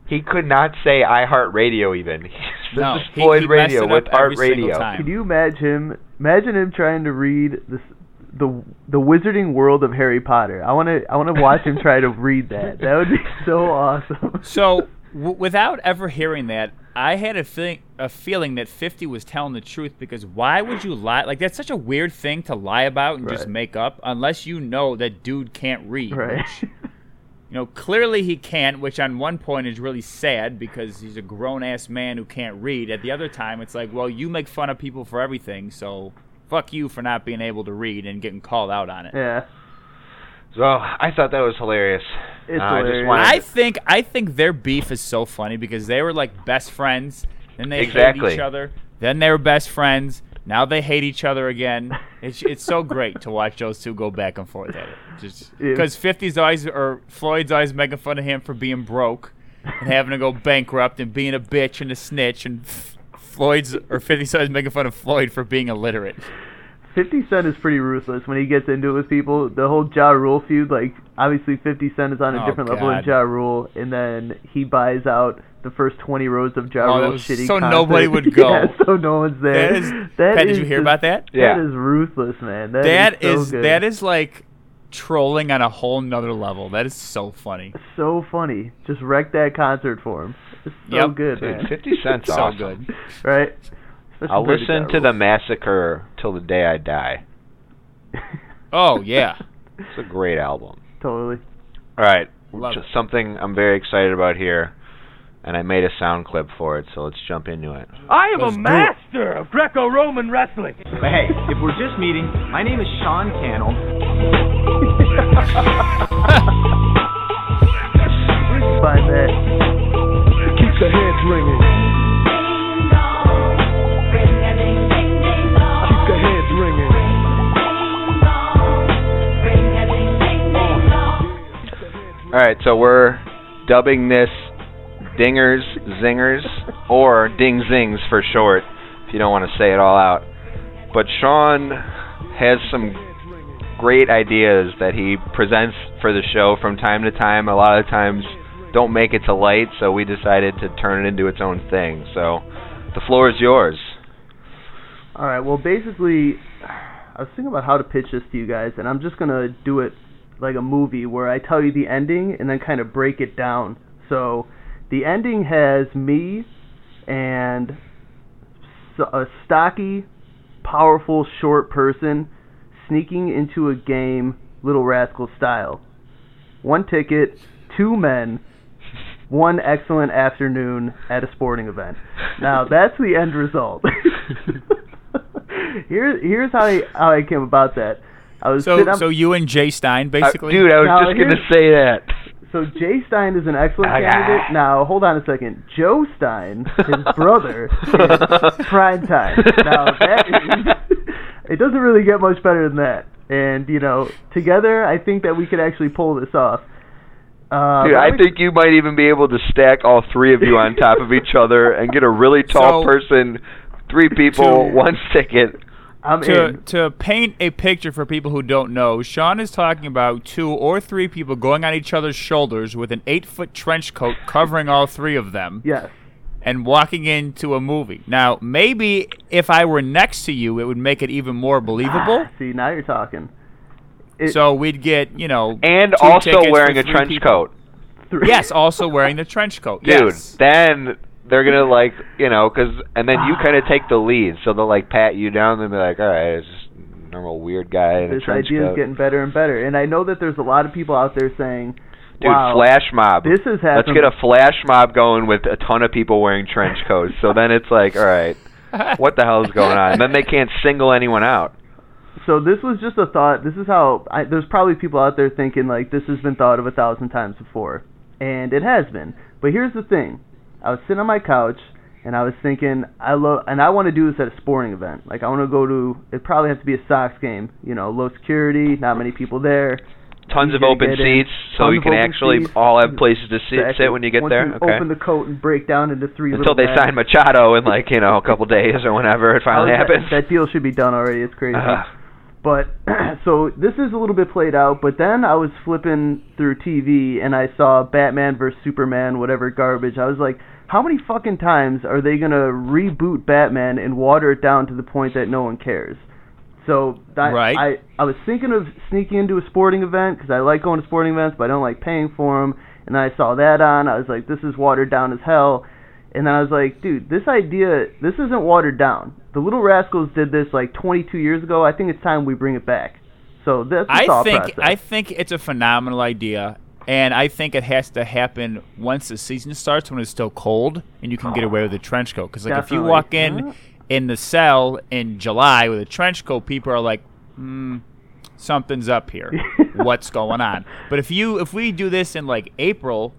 [SPEAKER 3] he could not say I Heart Radio even. this
[SPEAKER 4] No,
[SPEAKER 3] is
[SPEAKER 4] he-
[SPEAKER 3] Floyd
[SPEAKER 4] he messed
[SPEAKER 3] Radio
[SPEAKER 4] it
[SPEAKER 3] with
[SPEAKER 4] up
[SPEAKER 3] Art
[SPEAKER 4] every single
[SPEAKER 3] Radio.
[SPEAKER 4] time.
[SPEAKER 5] Can you imagine him? Imagine him trying to read this, the the Wizarding World of Harry Potter. I want to I want to watch him try to read that. That would be so awesome.
[SPEAKER 4] So, w- without ever hearing that, I had a feeling a feeling that 50 was telling the truth because why would you lie? Like that's such a weird thing to lie about and just
[SPEAKER 5] Right.
[SPEAKER 4] make up unless you know that dude can't read.
[SPEAKER 5] Right.
[SPEAKER 4] You know, clearly he can't, which on one point is really sad because he's a grown ass man who can't read. At the other time, it's like, well, you make fun of people for everything, so fuck you for not being able to read and getting called out on it.
[SPEAKER 5] Yeah.
[SPEAKER 3] So I thought that was hilarious.
[SPEAKER 5] It's
[SPEAKER 3] Uh, I just
[SPEAKER 5] hilarious.
[SPEAKER 3] wanted
[SPEAKER 4] I think I think their beef is so funny because they were like best friends, then they
[SPEAKER 3] Exactly.
[SPEAKER 4] hate each other, then they were best friends, now they hate each other again. It's it's so great to watch those two go back and forth at it. Just
[SPEAKER 5] Yeah.
[SPEAKER 4] because 50's always or Floyd's always making fun of him for being broke and having to go bankrupt and being a bitch and a snitch and Floyd's or 50's always making fun of Floyd for being illiterate.
[SPEAKER 5] Fifty Cent is pretty ruthless when he gets into it with people. The whole Ja Rule feud, like obviously Fifty Cent is on a
[SPEAKER 4] Oh,
[SPEAKER 5] different level than
[SPEAKER 4] God.
[SPEAKER 5] Ja Rule, and then he buys out the first twenty rows of Ja
[SPEAKER 4] Oh, that
[SPEAKER 5] Rule
[SPEAKER 4] was-
[SPEAKER 5] shitty.
[SPEAKER 4] so
[SPEAKER 5] concert.
[SPEAKER 4] nobody would go.
[SPEAKER 5] Yeah, so no one's there.
[SPEAKER 4] That is, Pat, did you hear
[SPEAKER 5] just-
[SPEAKER 4] about that?
[SPEAKER 3] Yeah.
[SPEAKER 5] That is ruthless, man. That,
[SPEAKER 4] That
[SPEAKER 5] is, so
[SPEAKER 4] is
[SPEAKER 5] good.
[SPEAKER 4] that is like trolling on a whole nother level. That is so funny.
[SPEAKER 5] so funny. Just wreck that concert for him. It's so
[SPEAKER 4] Yep.
[SPEAKER 5] good,
[SPEAKER 3] Dude,
[SPEAKER 5] man.
[SPEAKER 3] 50 Cent's
[SPEAKER 4] so
[SPEAKER 3] awesome.
[SPEAKER 4] good.
[SPEAKER 5] Right? Especially
[SPEAKER 3] I'll
[SPEAKER 5] compared
[SPEAKER 3] listen
[SPEAKER 5] Ja
[SPEAKER 3] to
[SPEAKER 5] Rule.
[SPEAKER 3] the massacre till the day I die.
[SPEAKER 4] Oh yeah.
[SPEAKER 3] It's a great album.
[SPEAKER 5] Totally.
[SPEAKER 3] All right,
[SPEAKER 4] Love
[SPEAKER 3] just something I'm very excited about here, and I made a sound clip for it, so let's jump into it.
[SPEAKER 10] I am a master of Greco-Roman wrestling. But hey, if we're just meeting, my name is Sean Cannell.
[SPEAKER 5] Find that.
[SPEAKER 7] Keep the heads ringing. Keep the heads ringing.
[SPEAKER 3] All right, so we're dubbing this Dingers, Zingers, or Ding Zings for short, if you don't want to say it all out. But Sean has some great ideas that he presents for the show from time to time. A lot of times don't make it to light, so we decided to turn it into its own thing. So the floor is yours.
[SPEAKER 5] All right. Well, basically, I was thinking about how to pitch this to you guys, and I'm just gonna do it like a movie where I tell you the ending and then kind of break it down. So, the ending has me and s- a stocky, powerful, short person sneaking into a game, Little Rascal style. One ticket, two men, one excellent afternoon at a sporting event. Now that's the end result. Here, here's how I, how I came about that. I was
[SPEAKER 4] So
[SPEAKER 5] sitting-
[SPEAKER 4] so you and Jay Stein basically.
[SPEAKER 3] dude, I was
[SPEAKER 5] Now,
[SPEAKER 3] just going to
[SPEAKER 5] here's-
[SPEAKER 3] say that.
[SPEAKER 5] so Jay Stein is an excellent
[SPEAKER 3] Okay.
[SPEAKER 5] candidate. Now hold on a second. Joe Stein, his brother, is prime time. Now that is, it doesn't really get much better than that. And you know, together, I think that we could actually pull this off. Uh,
[SPEAKER 3] Dude,
[SPEAKER 5] but
[SPEAKER 3] I
[SPEAKER 5] we-
[SPEAKER 3] think you might even be able to stack all three of you on top of each other and get a really tall
[SPEAKER 4] So-
[SPEAKER 3] person, three people,
[SPEAKER 4] Two.
[SPEAKER 3] one ticket,
[SPEAKER 5] I'm
[SPEAKER 4] to,
[SPEAKER 5] in.
[SPEAKER 4] to paint a picture for people who don't know, Sean is talking about two or three people going on each other's shoulders with an eight foot trench coat covering all three of them
[SPEAKER 5] Yes.
[SPEAKER 4] and walking into a movie. Now, maybe if I were next to you, it would make it even more believable.
[SPEAKER 5] Ah, see, now you're talking. It-
[SPEAKER 4] so we'd get, you know.
[SPEAKER 3] and
[SPEAKER 4] two tickets
[SPEAKER 3] also
[SPEAKER 4] for
[SPEAKER 3] wearing a
[SPEAKER 4] three
[SPEAKER 3] trench
[SPEAKER 4] people.
[SPEAKER 3] coat,
[SPEAKER 5] Three.
[SPEAKER 4] Yes, also wearing the trench coat.
[SPEAKER 3] dude.
[SPEAKER 4] Yes.
[SPEAKER 3] Then they're gonna like you know, cause and then you kind of take the lead, so they'll like pat you down and be like, all right, it's just normal weird guy in
[SPEAKER 5] This
[SPEAKER 3] a trench
[SPEAKER 5] idea is
[SPEAKER 3] coat.
[SPEAKER 5] getting better and better, and I know that there's a lot of people out there saying,
[SPEAKER 3] dude,
[SPEAKER 5] "Wow,
[SPEAKER 3] flash mob.
[SPEAKER 5] this has
[SPEAKER 3] Let's
[SPEAKER 5] happened."
[SPEAKER 3] get a flash mob going with a ton of people wearing trench coats. So then it's like, all right, what the hell's going on? And then they can't single anyone out.
[SPEAKER 5] So this was just a thought. This is how I, there's probably people out there thinking like this has been thought of a thousand times before, and it has been. But here's the thing: I was sitting on my couch and I was thinking, I love, and I want to do this at a sporting event. Like I want to go to. It probably has to be a Sox game. You know, low security, not many people there.
[SPEAKER 3] Tons
[SPEAKER 5] You
[SPEAKER 3] of
[SPEAKER 5] gotta
[SPEAKER 3] open
[SPEAKER 5] get in.
[SPEAKER 3] seats, so
[SPEAKER 5] Tons
[SPEAKER 3] you
[SPEAKER 5] of
[SPEAKER 3] can
[SPEAKER 5] open
[SPEAKER 3] actually
[SPEAKER 5] seats.
[SPEAKER 3] all have places to sit,
[SPEAKER 5] Exactly.
[SPEAKER 3] sit when you get
[SPEAKER 5] Once
[SPEAKER 3] there.
[SPEAKER 5] you
[SPEAKER 3] okay.
[SPEAKER 5] Open the coat and break down into three.
[SPEAKER 3] Until
[SPEAKER 5] little
[SPEAKER 3] they
[SPEAKER 5] bags.
[SPEAKER 3] sign Machado in like you know a couple days or whenever it finally
[SPEAKER 5] Oh, that-
[SPEAKER 3] happens. Uh-huh.
[SPEAKER 5] That, deal should be done already. It's crazy.
[SPEAKER 3] Ugh.
[SPEAKER 5] But so this is a little bit played out. But then I was flipping through TV and I saw Batman versus Superman, whatever garbage. I was like, how many fucking times are they gonna reboot Batman and water it down to the point that no one cares? So that,
[SPEAKER 4] Right.
[SPEAKER 5] I I was thinking of sneaking into a sporting event because I like going to sporting events, but I don't like paying for them. And then I saw that on. I was like, this is watered down as hell. And then I was like, dude, this idea, this isn't watered down. The Little Rascals did this like 22 years ago. I think it's time we bring it back. So that's the
[SPEAKER 4] I
[SPEAKER 5] thought
[SPEAKER 4] think
[SPEAKER 5] process.
[SPEAKER 4] I think it's a phenomenal idea, and I think it has to happen once the season starts when it's still cold and you can get away with a trench coat. Because like if you
[SPEAKER 5] Definitely.
[SPEAKER 4] walk in in the cell in July with a trench coat, people are like, hmm, something's up here. What's going on? But if you if we do this in like April,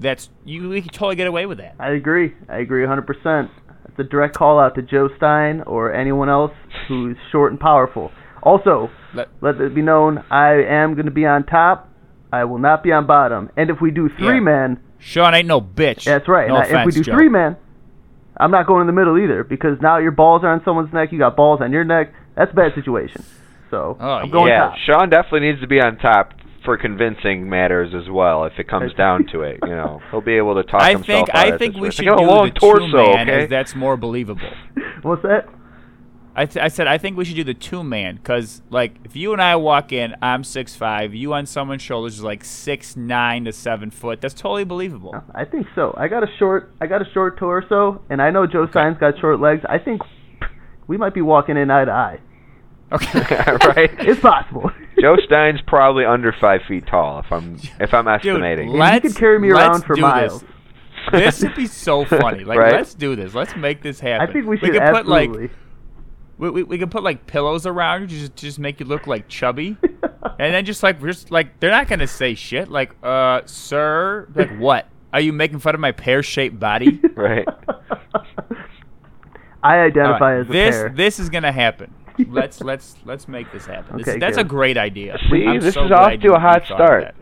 [SPEAKER 4] that's you we can totally get away with that.
[SPEAKER 5] I agree. I agree 100%. It's a direct call out to Joe Stein or anyone else who's short and powerful. Also,
[SPEAKER 4] Let-
[SPEAKER 5] let, it be known I am going to be on top. I will not be on bottom. And if we do three
[SPEAKER 4] Yeah.
[SPEAKER 5] man,
[SPEAKER 4] Sean ain't no bitch.
[SPEAKER 5] that's right.
[SPEAKER 4] No
[SPEAKER 5] and I- if we
[SPEAKER 4] offense,
[SPEAKER 5] do
[SPEAKER 4] Joe.
[SPEAKER 5] three man, I'm not going in the middle either because now your balls are on someone's neck. You got balls on your neck. That's a bad situation. So
[SPEAKER 4] Oh,
[SPEAKER 5] I'm going
[SPEAKER 3] yeah,
[SPEAKER 5] top.
[SPEAKER 3] Sean definitely needs to be on top for convincing matters as well. If it comes
[SPEAKER 5] That's-
[SPEAKER 3] down to it, you know, he'll be able to talk
[SPEAKER 4] I
[SPEAKER 3] himself
[SPEAKER 4] think
[SPEAKER 3] out
[SPEAKER 4] I
[SPEAKER 3] of
[SPEAKER 4] think
[SPEAKER 3] this
[SPEAKER 4] we
[SPEAKER 3] mess. I
[SPEAKER 4] should do
[SPEAKER 3] got a long
[SPEAKER 4] the two
[SPEAKER 3] torso.
[SPEAKER 4] man
[SPEAKER 3] okay,
[SPEAKER 4] as that's more believable.
[SPEAKER 5] What's that?
[SPEAKER 4] I, th- I said I think we should do the two man because like if you and I walk in, I'm six five. You on someone's shoulders is like six nine to seven foot. That's totally believable.
[SPEAKER 5] I think so. I got a short, I got a short torso, and I know Joe Stein's got short legs. I think we might be walking in eye to eye.
[SPEAKER 4] Okay,
[SPEAKER 3] right?
[SPEAKER 5] It's possible.
[SPEAKER 3] Joe Stein's probably under five feet tall. If I'm if I'm
[SPEAKER 4] dude,
[SPEAKER 3] estimating,
[SPEAKER 4] let's
[SPEAKER 5] could carry me
[SPEAKER 4] let's
[SPEAKER 5] around for
[SPEAKER 4] do
[SPEAKER 5] miles.
[SPEAKER 4] This. this would be so funny. Like
[SPEAKER 3] Right?
[SPEAKER 4] let's do this. Let's make this
[SPEAKER 5] I
[SPEAKER 4] happen.
[SPEAKER 5] think we should
[SPEAKER 4] could put like
[SPEAKER 5] absolutely.
[SPEAKER 4] we, we, we can put like pillows around you just just make you look like chubby, and then just like we're just like they're not gonna say shit like uh sir like what are you making fun of my pear shaped body?
[SPEAKER 3] right?
[SPEAKER 5] I
[SPEAKER 4] All
[SPEAKER 5] identify
[SPEAKER 4] right,
[SPEAKER 5] as a
[SPEAKER 4] this
[SPEAKER 5] pair.
[SPEAKER 4] this is gonna happen. Let's let's let's make this happen. This-
[SPEAKER 5] Okay,
[SPEAKER 4] that's
[SPEAKER 5] good.
[SPEAKER 4] a great idea.
[SPEAKER 3] See,
[SPEAKER 4] I'm
[SPEAKER 3] this
[SPEAKER 4] so
[SPEAKER 3] is off
[SPEAKER 4] glad
[SPEAKER 3] to
[SPEAKER 4] you-
[SPEAKER 3] a hot
[SPEAKER 4] you thought of
[SPEAKER 3] start.
[SPEAKER 4] that.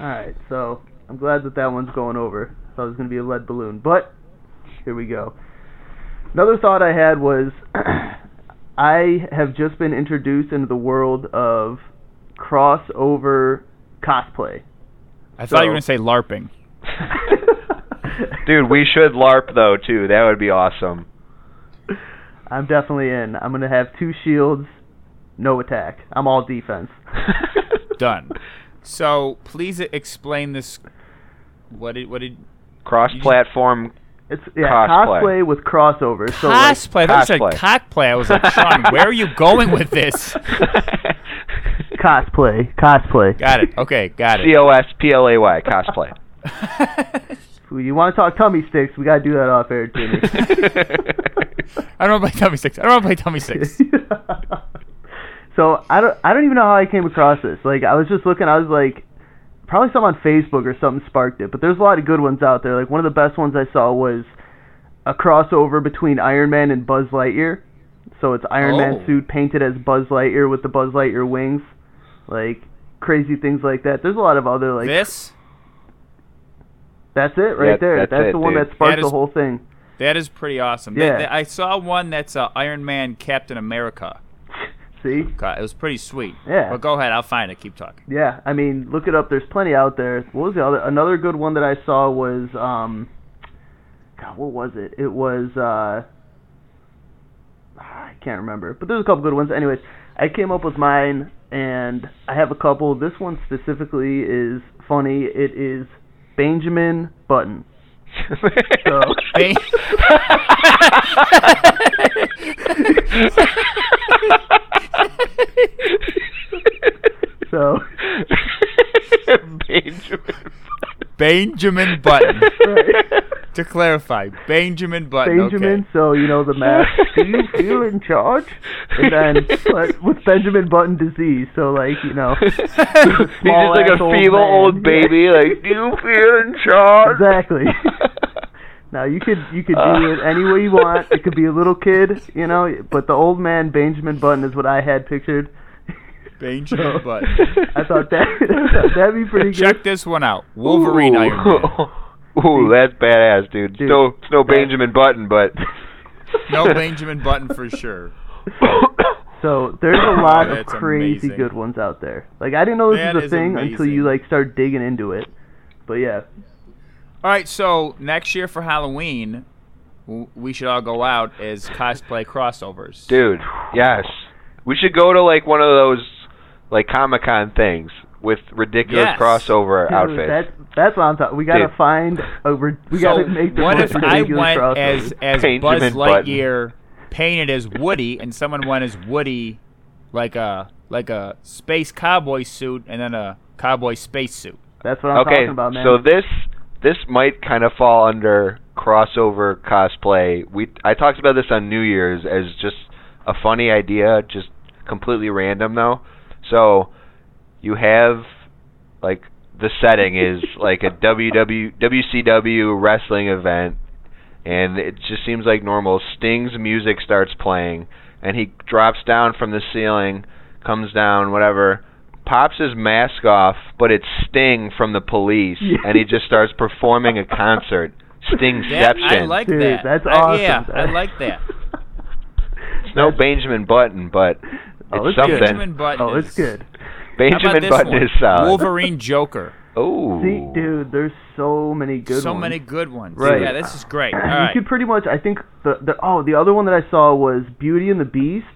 [SPEAKER 5] All right, so I'm glad that that one's going over. Thought it was going to be a lead balloon, but here we go. Another thought I had was I have just been introduced into the world of crossover cosplay.
[SPEAKER 4] I thought you
[SPEAKER 5] So-
[SPEAKER 4] were gonna say LARPing.
[SPEAKER 3] Dude, we should LARP though too. That would be awesome.
[SPEAKER 5] I'm definitely in. I'm gonna have two shields, no attack. I'm all defense.
[SPEAKER 4] Done. So please explain this. What did what did
[SPEAKER 3] Cross-platform.
[SPEAKER 5] It's yeah,
[SPEAKER 3] Cosplay.
[SPEAKER 5] cosplay, with crossover. So like,
[SPEAKER 4] cosplay? I thought you said
[SPEAKER 3] cosplay.
[SPEAKER 4] cockplay. I was like, Sean, where are you going with this?
[SPEAKER 5] cosplay, cosplay.
[SPEAKER 4] Got it. Okay, got
[SPEAKER 3] C
[SPEAKER 4] it.
[SPEAKER 3] O S P L A Y cosplay.
[SPEAKER 5] You want to talk tummy sticks? We gotta do that off air, Jimmy.
[SPEAKER 4] I don't want to play Tummy Six. I don't want to play Tummy Six.
[SPEAKER 5] so I don't I don't even know how I came across this. Like I was just looking, I was like probably something on Facebook or something sparked it. But there's a lot of good ones out there. Like one of the best ones I saw was a crossover between Iron Man and Buzz Lightyear. So it's Iron Man
[SPEAKER 4] Oh.
[SPEAKER 5] suit painted as Buzz Lightyear with the Buzz Lightyear wings. Like crazy things like that. There's a lot of other like
[SPEAKER 4] This
[SPEAKER 5] that's it right
[SPEAKER 3] That-
[SPEAKER 5] there.
[SPEAKER 3] that's
[SPEAKER 5] That's,
[SPEAKER 3] it,
[SPEAKER 5] the one
[SPEAKER 3] dude.
[SPEAKER 5] that sparked
[SPEAKER 4] That is-
[SPEAKER 5] the whole thing.
[SPEAKER 4] That is pretty awesome.
[SPEAKER 5] Yeah.
[SPEAKER 4] Th- th- I saw one that's uh, Iron Man Captain America.
[SPEAKER 5] See?
[SPEAKER 4] It was pretty sweet.
[SPEAKER 5] Yeah.
[SPEAKER 4] But go ahead, I'll find it. Keep talking.
[SPEAKER 5] Yeah, I mean, look it up. There's plenty out there. What was the other? Another good one that I saw was, um, God, what was it? It was, uh, I can't remember. But there's a couple good ones. Anyways, I came up with mine, and I have a couple. This one specifically is funny. It is Benjamin Button. so,
[SPEAKER 4] Hey.
[SPEAKER 5] so
[SPEAKER 3] Benjamin.
[SPEAKER 4] Benjamin Button.
[SPEAKER 5] right.
[SPEAKER 4] to clarify, Benjamin Button.
[SPEAKER 5] Benjamin. So you know the math. Do you feel in charge? And then but with Benjamin Button disease. So like you know.
[SPEAKER 3] He's just like a
[SPEAKER 5] Small-ass old
[SPEAKER 3] feeble
[SPEAKER 5] man.
[SPEAKER 3] old baby. Like, do you feel in charge?
[SPEAKER 5] Exactly. Now you could you could do it any way you want. It could be a little kid, you know, but the old man Benjamin Button is what I had pictured.
[SPEAKER 4] Okay. Benjamin Button.
[SPEAKER 5] I thought that I thought that'd be pretty good.
[SPEAKER 4] Check this one out. Wolverine
[SPEAKER 3] Ooh.
[SPEAKER 4] Iron Man.
[SPEAKER 3] Ooh, that's badass, dude.
[SPEAKER 5] Dude,
[SPEAKER 3] no, it's no Benjamin Button, but
[SPEAKER 4] No Benjamin Button for sure.
[SPEAKER 5] So there's a lot of
[SPEAKER 4] That's
[SPEAKER 5] crazy
[SPEAKER 4] amazing.
[SPEAKER 5] good ones out there. Like I didn't know this
[SPEAKER 4] That
[SPEAKER 5] was a
[SPEAKER 4] is
[SPEAKER 5] thing until you
[SPEAKER 4] amazing.
[SPEAKER 5] like start digging into it. But yeah,
[SPEAKER 4] All right, so next year for Halloween, w- we should all go out as cosplay crossovers.
[SPEAKER 3] dude, yes, we should go to like one of those like Comic Con things with ridiculous
[SPEAKER 4] Yes.
[SPEAKER 3] crossover
[SPEAKER 5] Dude,
[SPEAKER 3] outfits.
[SPEAKER 5] that's that's what I'm talking. We gotta
[SPEAKER 3] Dude.
[SPEAKER 5] find over. We
[SPEAKER 4] So
[SPEAKER 5] gotta make the
[SPEAKER 4] what
[SPEAKER 5] most
[SPEAKER 4] if I
[SPEAKER 5] ridiculous
[SPEAKER 4] went
[SPEAKER 5] crossover.
[SPEAKER 4] as as
[SPEAKER 3] Benjamin
[SPEAKER 4] Buzz
[SPEAKER 3] Button.
[SPEAKER 4] Lightyear, painted as Woody, and someone went as Woody, like a like a space cowboy suit, and then a cowboy space suit.
[SPEAKER 5] That's what I'm
[SPEAKER 3] okay,
[SPEAKER 5] talking about, man.
[SPEAKER 3] so this this might kind of fall under crossover cosplay. We I talked about this on New Year's as just a funny idea, just completely random though. So you have like the setting is like a WW WCW wrestling event, and it just seems like normal. Sting's music starts playing, and he drops down from the ceiling, comes down, whatever pops his mask off, but it's Sting from the police,
[SPEAKER 5] Yeah.
[SPEAKER 3] and he just starts performing a concert. Stingception.
[SPEAKER 4] That, I like
[SPEAKER 5] Dude,
[SPEAKER 4] that.
[SPEAKER 5] that's
[SPEAKER 4] I-
[SPEAKER 5] awesome.
[SPEAKER 4] yeah, I like that.
[SPEAKER 3] It's no Benjamin Button, but
[SPEAKER 5] Oh,
[SPEAKER 3] it's
[SPEAKER 5] it's good.
[SPEAKER 3] something.
[SPEAKER 4] Benjamin Button.
[SPEAKER 5] oh, it's
[SPEAKER 4] is-
[SPEAKER 5] good.
[SPEAKER 4] How about
[SPEAKER 3] Benjamin
[SPEAKER 4] this
[SPEAKER 3] Button
[SPEAKER 4] one?
[SPEAKER 3] is solid.
[SPEAKER 4] Wolverine Joker.
[SPEAKER 3] Oh,
[SPEAKER 5] See, dude, there's so many good
[SPEAKER 4] so
[SPEAKER 5] ones.
[SPEAKER 4] many good ones.
[SPEAKER 5] Right.
[SPEAKER 4] Yeah, this is great. All
[SPEAKER 5] you
[SPEAKER 4] right.
[SPEAKER 5] could pretty much, I think, the, the oh, the other one that I saw was Beauty and the Beast,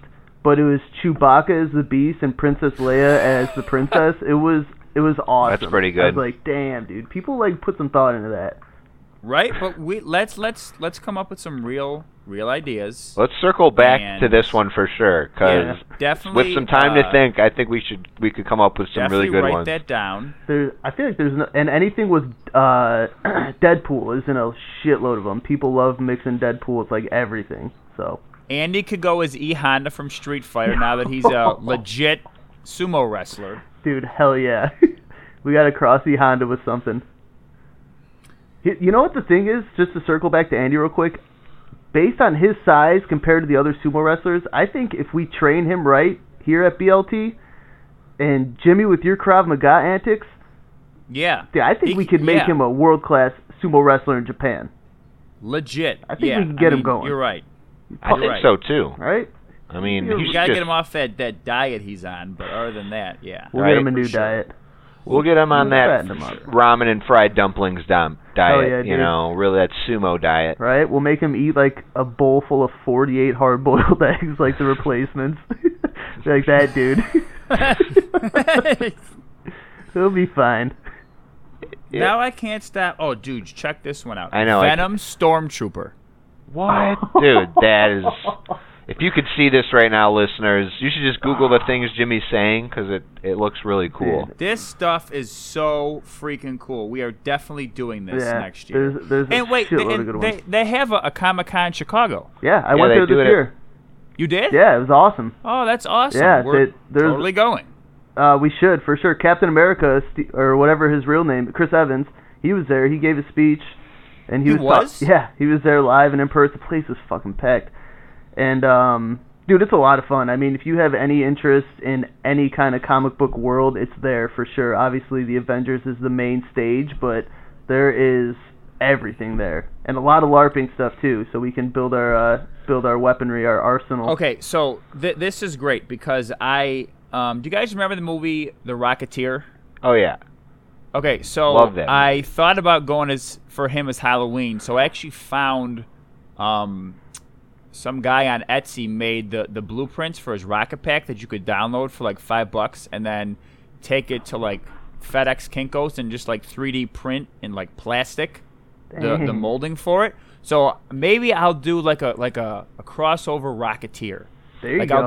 [SPEAKER 5] but it was Chewbacca as the Beast and Princess Leia as the princess. It was it was awesome.
[SPEAKER 3] pretty
[SPEAKER 5] I
[SPEAKER 3] good.
[SPEAKER 5] was like, damn, dude, people like put some thought into that.
[SPEAKER 4] Right? But we let's let's let's come up with some real real ideas.
[SPEAKER 3] let's circle back
[SPEAKER 4] And-
[SPEAKER 3] to this with for sure,
[SPEAKER 4] Yeah,
[SPEAKER 3] because
[SPEAKER 4] definitely
[SPEAKER 3] with some time
[SPEAKER 4] uh,
[SPEAKER 3] to think, I think we should we could come up with some really
[SPEAKER 4] definitely
[SPEAKER 3] good
[SPEAKER 4] write
[SPEAKER 3] ones.
[SPEAKER 4] that down.
[SPEAKER 5] There, I feel like there's no, and anything with uh, Deadpool is in a shitload of them. People love mixing Deadpool with like everything. So
[SPEAKER 4] Andy could go as E Honda from Street Fighter now that he's a legit sumo wrestler.
[SPEAKER 5] Dude, hell yeah. we got to cross E Honda with something. Y- You know what the thing is? Just to circle back to Andy real quick. Based on his size compared to the other sumo wrestlers, I think if we train him right here at BLT, and Jimmy with your Krav Maga antics,
[SPEAKER 4] Yeah.
[SPEAKER 5] dude, I think
[SPEAKER 4] He
[SPEAKER 5] we
[SPEAKER 4] c-
[SPEAKER 5] could make
[SPEAKER 4] yeah.
[SPEAKER 5] him a world class sumo wrestler in Japan.
[SPEAKER 4] Legit.
[SPEAKER 5] I think we
[SPEAKER 4] Yeah,
[SPEAKER 5] can get him
[SPEAKER 4] mean,
[SPEAKER 5] going.
[SPEAKER 4] You're right.
[SPEAKER 3] I think
[SPEAKER 4] You're right.
[SPEAKER 3] so too.
[SPEAKER 5] Right?
[SPEAKER 3] I mean,
[SPEAKER 5] You
[SPEAKER 3] he's
[SPEAKER 4] You gotta
[SPEAKER 3] just-
[SPEAKER 4] get him off that, that diet he's on, but other than that, yeah.
[SPEAKER 5] We'll
[SPEAKER 3] Right,
[SPEAKER 5] get him a
[SPEAKER 3] for
[SPEAKER 5] new
[SPEAKER 3] sure.
[SPEAKER 5] diet.
[SPEAKER 3] We'll get him
[SPEAKER 4] Mm,
[SPEAKER 3] on
[SPEAKER 5] We'll
[SPEAKER 3] that
[SPEAKER 5] fatten him up.
[SPEAKER 3] ramen and fried dumplings dom-
[SPEAKER 5] Hell
[SPEAKER 4] Oh,
[SPEAKER 3] diet.
[SPEAKER 5] yeah,
[SPEAKER 3] you
[SPEAKER 5] dude.
[SPEAKER 3] know, really that sumo diet.
[SPEAKER 5] Right? We'll make him eat like a bowl full of 48 hard boiled eggs, like the replacements. like that, dude. He'll be fine.
[SPEAKER 4] Now I can't stop. Oh, dude, check this one out.
[SPEAKER 3] I know, I-
[SPEAKER 4] Venom Stormtrooper.
[SPEAKER 3] What? Dude, that is. If you could see this right now, listeners, you should just Google the things Jimmy's saying because it, it looks really cool.
[SPEAKER 4] This stuff is so freaking cool. We are definitely doing this
[SPEAKER 5] yeah.
[SPEAKER 4] next year.
[SPEAKER 5] There's, there's
[SPEAKER 4] and
[SPEAKER 5] a
[SPEAKER 4] wait,
[SPEAKER 5] shitload
[SPEAKER 4] they,
[SPEAKER 5] of good
[SPEAKER 4] and
[SPEAKER 5] ones.
[SPEAKER 4] they, they have a, a Comic Con in Chicago.
[SPEAKER 5] yeah, I
[SPEAKER 3] Yeah,
[SPEAKER 5] went
[SPEAKER 3] they
[SPEAKER 5] there
[SPEAKER 3] do
[SPEAKER 5] this
[SPEAKER 3] it at-
[SPEAKER 5] year.
[SPEAKER 4] You did?
[SPEAKER 5] Yeah, it was awesome.
[SPEAKER 4] Oh, that's awesome.
[SPEAKER 5] Yeah,
[SPEAKER 4] We're
[SPEAKER 5] they- there's-
[SPEAKER 4] totally going.
[SPEAKER 5] Uh, we should for sure. Captain America Ste- or whatever his real name, Chris Evans. He was there. He gave a speech, and he,
[SPEAKER 4] He
[SPEAKER 5] was, ta-
[SPEAKER 4] was?
[SPEAKER 5] yeah, he was there live and in person. The place was fucking packed. And um, dude, it's a lot of fun. I mean, if you have any interest in any kind of comic book world, it's there for sure. Obviously, the Avengers is the main stage, but there is everything there, and a lot of LARPing stuff too, so we can build our uh, build our weaponry, our arsenal.
[SPEAKER 4] Okay, so th- this is great because I um, do you guys remember the movie The Rocketeer?
[SPEAKER 3] Oh yeah.
[SPEAKER 4] Okay, so
[SPEAKER 3] Love that
[SPEAKER 4] I thought about going as for him as Halloween. So I actually found um, some guy on Etsy made the the blueprints for his rocket pack that you could download for like five bucks, and then take it to like FedEx Kinkos and just like 3D print in like plastic the, the
[SPEAKER 5] Dang.
[SPEAKER 4] molding for it. So maybe I'll do like a like a, a crossover Rocketeer.
[SPEAKER 5] There you
[SPEAKER 4] like
[SPEAKER 5] go.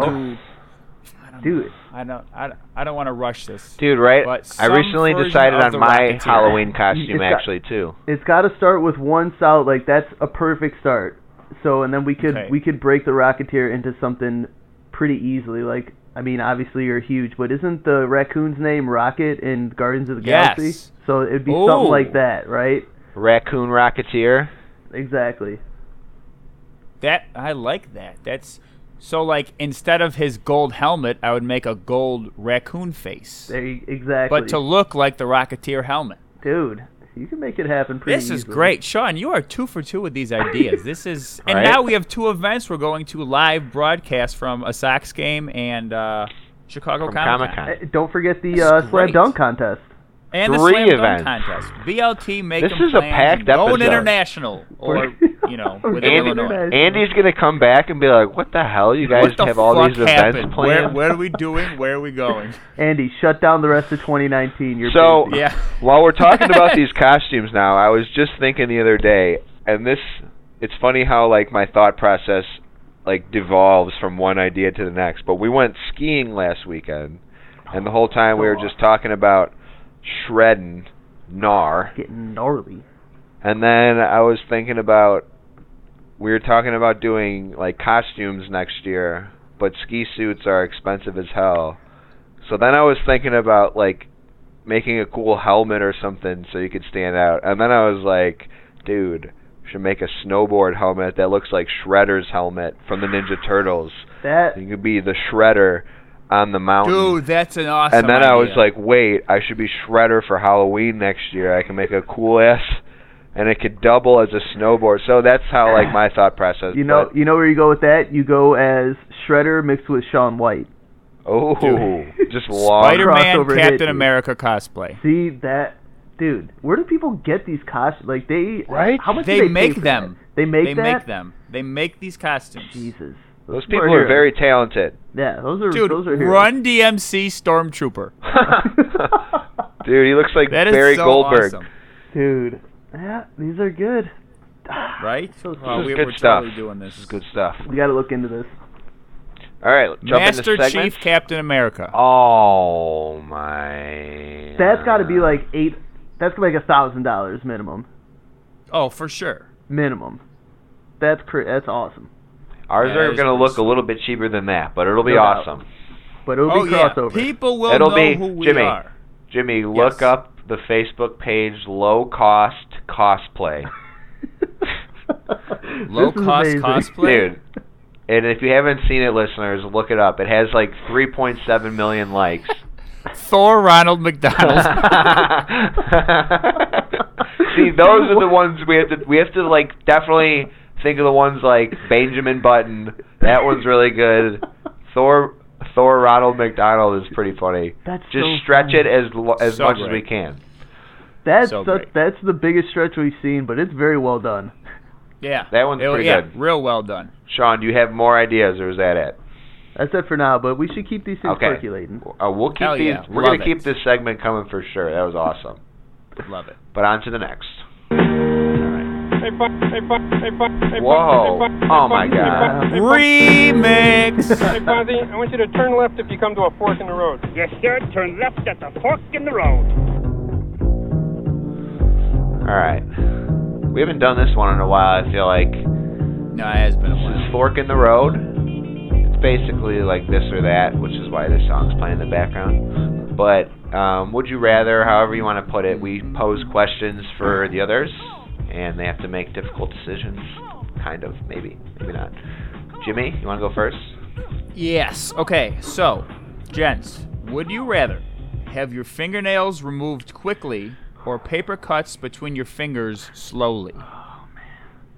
[SPEAKER 4] I'll do.
[SPEAKER 5] do it.
[SPEAKER 4] I don't. I, don't- I don't want to rush this.
[SPEAKER 3] Dude, right?
[SPEAKER 4] But
[SPEAKER 3] I
[SPEAKER 4] some
[SPEAKER 3] recently
[SPEAKER 4] version
[SPEAKER 3] decided
[SPEAKER 4] of
[SPEAKER 3] on
[SPEAKER 4] the
[SPEAKER 3] my
[SPEAKER 4] Rocketeer.
[SPEAKER 3] Halloween costume
[SPEAKER 5] It's got-
[SPEAKER 3] actually too.
[SPEAKER 5] It's got to start with one solid. Like that's a perfect start. So and then we could
[SPEAKER 4] Okay.
[SPEAKER 5] we could break the Rocketeer into something pretty easily. Like I mean, obviously you're huge, but isn't the raccoon's name Rocket in Guardians of the
[SPEAKER 4] Yes.
[SPEAKER 5] Galaxy? So it'd be
[SPEAKER 4] Ooh.
[SPEAKER 5] something like that, right?
[SPEAKER 3] Raccoon Rocketeer.
[SPEAKER 5] Exactly.
[SPEAKER 4] That I like that. That's so like instead of his gold helmet, I would make a gold raccoon face,
[SPEAKER 5] There you, exactly.
[SPEAKER 4] but to look like the Rocketeer helmet.
[SPEAKER 5] dude, you can make it happen pretty.
[SPEAKER 4] This is
[SPEAKER 5] easily.
[SPEAKER 4] great, Sean. You are two for two with these ideas. this is, and
[SPEAKER 3] Right?
[SPEAKER 4] now we have two events we're going to live broadcast from a Sox game and uh, Chicago
[SPEAKER 3] From
[SPEAKER 4] Comic
[SPEAKER 3] Comic-Con.
[SPEAKER 5] Eh, Don't forget the
[SPEAKER 4] This is
[SPEAKER 5] uh, slam
[SPEAKER 4] great.
[SPEAKER 5] dunk contest.
[SPEAKER 4] and the
[SPEAKER 3] Three
[SPEAKER 4] Slam Dunk
[SPEAKER 3] events.
[SPEAKER 4] contest. BLT make
[SPEAKER 3] This
[SPEAKER 4] them
[SPEAKER 3] is a
[SPEAKER 4] plans
[SPEAKER 3] packed
[SPEAKER 4] and going
[SPEAKER 3] episode.
[SPEAKER 4] international, or you know, with
[SPEAKER 3] Andy-
[SPEAKER 4] Illinois.
[SPEAKER 3] Andy's gonna come back and be like, "What the hell? You guys
[SPEAKER 4] what the
[SPEAKER 3] have all
[SPEAKER 4] fuck
[SPEAKER 3] these
[SPEAKER 4] happened?
[SPEAKER 3] events
[SPEAKER 4] Where,
[SPEAKER 3] planned."
[SPEAKER 4] where are we doing? Where are we going?
[SPEAKER 5] Andy, shut down the rest of 2019. You're
[SPEAKER 3] So-
[SPEAKER 5] busy.
[SPEAKER 4] Yeah.
[SPEAKER 3] While we're talking about these costumes now, I was just thinking the other day, and this it's funny how like my thought process like devolves from one idea to the next. But we went skiing last weekend and the whole time we were just talking about shredding gnar.
[SPEAKER 5] getting gnarly.
[SPEAKER 3] And then I was thinking about we were talking about doing like costumes next year, but ski suits are expensive as hell. So then I was thinking about like making a cool helmet or something so you could stand out. And then I was like, dude, should make a snowboard helmet that looks like Shredder's helmet from the Ninja Turtles.
[SPEAKER 5] That
[SPEAKER 3] You could be the Shredder on the mountain.
[SPEAKER 4] Dude, that's an awesome.
[SPEAKER 3] And then I was
[SPEAKER 4] idea.
[SPEAKER 3] like, wait, I should be Shredder for Halloween next year. I can make a cool ass, and it could double as a snowboard. So that's how like my thought process.
[SPEAKER 5] You know,
[SPEAKER 3] but-
[SPEAKER 5] you know where you go with that. You go as Shredder mixed with Sean White.
[SPEAKER 3] oh,
[SPEAKER 5] Dude.
[SPEAKER 3] just long.
[SPEAKER 4] Spider-Man,
[SPEAKER 5] crossover hit,
[SPEAKER 4] Captain
[SPEAKER 5] dude.
[SPEAKER 4] America cosplay.
[SPEAKER 5] See that, dude? Where do people get these costumes? Like they,
[SPEAKER 3] Right?
[SPEAKER 5] How much
[SPEAKER 4] They
[SPEAKER 5] do they pay
[SPEAKER 4] make
[SPEAKER 5] for
[SPEAKER 4] them.
[SPEAKER 5] that? They make
[SPEAKER 4] they
[SPEAKER 5] that.
[SPEAKER 4] make them. They make these costumes.
[SPEAKER 5] Jesus,
[SPEAKER 3] Those people are very talented,
[SPEAKER 5] Yeah, those are
[SPEAKER 4] Dude,
[SPEAKER 5] those are heroes.
[SPEAKER 4] Run DMC Stormtrooper.
[SPEAKER 3] dude. He looks like
[SPEAKER 4] That is
[SPEAKER 3] Barry
[SPEAKER 4] so
[SPEAKER 3] Goldberg.
[SPEAKER 4] awesome,
[SPEAKER 5] dude. Yeah, these are good.
[SPEAKER 4] right?
[SPEAKER 5] So
[SPEAKER 4] Wow,
[SPEAKER 5] sick.
[SPEAKER 3] This
[SPEAKER 4] we,
[SPEAKER 3] is
[SPEAKER 4] we're
[SPEAKER 3] good stuff.
[SPEAKER 4] totally doing this.
[SPEAKER 3] This is good stuff.
[SPEAKER 5] We got to look into this.
[SPEAKER 3] All right, jump
[SPEAKER 4] Master
[SPEAKER 3] into
[SPEAKER 4] Chief
[SPEAKER 3] segments.
[SPEAKER 4] Captain America.
[SPEAKER 3] Oh my.
[SPEAKER 5] That's got to be like eight. That's like a thousand dollars minimum.
[SPEAKER 4] Oh, for sure.
[SPEAKER 5] Minimum. That's cr- that's awesome.
[SPEAKER 3] ours
[SPEAKER 4] Yeah,
[SPEAKER 3] are
[SPEAKER 4] it's
[SPEAKER 3] gonna
[SPEAKER 4] pretty
[SPEAKER 3] look a
[SPEAKER 4] sick.
[SPEAKER 3] little bit cheaper than that, but it'll be
[SPEAKER 5] No doubt.
[SPEAKER 3] awesome.
[SPEAKER 5] But it'll
[SPEAKER 4] Oh
[SPEAKER 5] be
[SPEAKER 4] yeah,
[SPEAKER 5] crossover.
[SPEAKER 4] people will
[SPEAKER 3] It'll
[SPEAKER 4] know
[SPEAKER 3] be-
[SPEAKER 4] who we
[SPEAKER 3] Jimmy.
[SPEAKER 4] are.
[SPEAKER 3] Jimmy, look
[SPEAKER 4] Yes.
[SPEAKER 3] up the Facebook page low cost cosplay.
[SPEAKER 4] Low
[SPEAKER 5] This is
[SPEAKER 4] cost
[SPEAKER 5] amazing.
[SPEAKER 4] cosplay.
[SPEAKER 3] Dude. And if you haven't seen it, listeners, look it up. It has like 3.7 million likes.
[SPEAKER 4] Thor Ronald McDonald.
[SPEAKER 3] See, those are the ones we have to we have to like definitely think of the ones like Benjamin Button. That one's really good. Thor Thor Ronald McDonald is pretty funny.
[SPEAKER 5] That's
[SPEAKER 3] Just
[SPEAKER 5] so
[SPEAKER 3] stretch
[SPEAKER 5] funny.
[SPEAKER 3] it as lo- as
[SPEAKER 4] So
[SPEAKER 3] much as we
[SPEAKER 4] great.
[SPEAKER 3] can.
[SPEAKER 5] That's
[SPEAKER 4] So
[SPEAKER 5] the,
[SPEAKER 4] great.
[SPEAKER 5] that's the biggest stretch we've seen, but it's very well done.
[SPEAKER 4] yeah,
[SPEAKER 3] That one's
[SPEAKER 4] It-
[SPEAKER 3] pretty
[SPEAKER 4] yeah,
[SPEAKER 3] good.
[SPEAKER 4] Real well done.
[SPEAKER 3] Sean, do you have more ideas, or is that it?
[SPEAKER 5] That's it for now, but we should keep these things
[SPEAKER 3] Okay.
[SPEAKER 5] circulating.
[SPEAKER 3] Uh, we'll keep
[SPEAKER 4] Hell
[SPEAKER 3] these.
[SPEAKER 4] yeah.
[SPEAKER 3] We're
[SPEAKER 4] Love
[SPEAKER 3] gonna keep
[SPEAKER 4] it.
[SPEAKER 3] this segment coming for sure. That was awesome.
[SPEAKER 4] Love it.
[SPEAKER 3] But on to the next. Whoa! Oh my God!
[SPEAKER 4] Remix.
[SPEAKER 11] Fozzie, I want you to turn left if you come to a fork in the road. Yes, sir. Turn left at the fork in the road.
[SPEAKER 3] All right, we haven't done this one in a while. I feel like this
[SPEAKER 4] no, it has been a
[SPEAKER 3] is
[SPEAKER 4] while.
[SPEAKER 3] fork in the road. It's basically like this or that, which is why this song's playing in the background. But um, would you rather, however you want to put it, we pose questions for the others, and they have to make difficult decisions. Kind of, maybe, maybe not. Jimmy, you want to go first?
[SPEAKER 4] Yes. Okay. So, gents, would you rather have your fingernails removed quickly or paper cuts between your fingers slowly.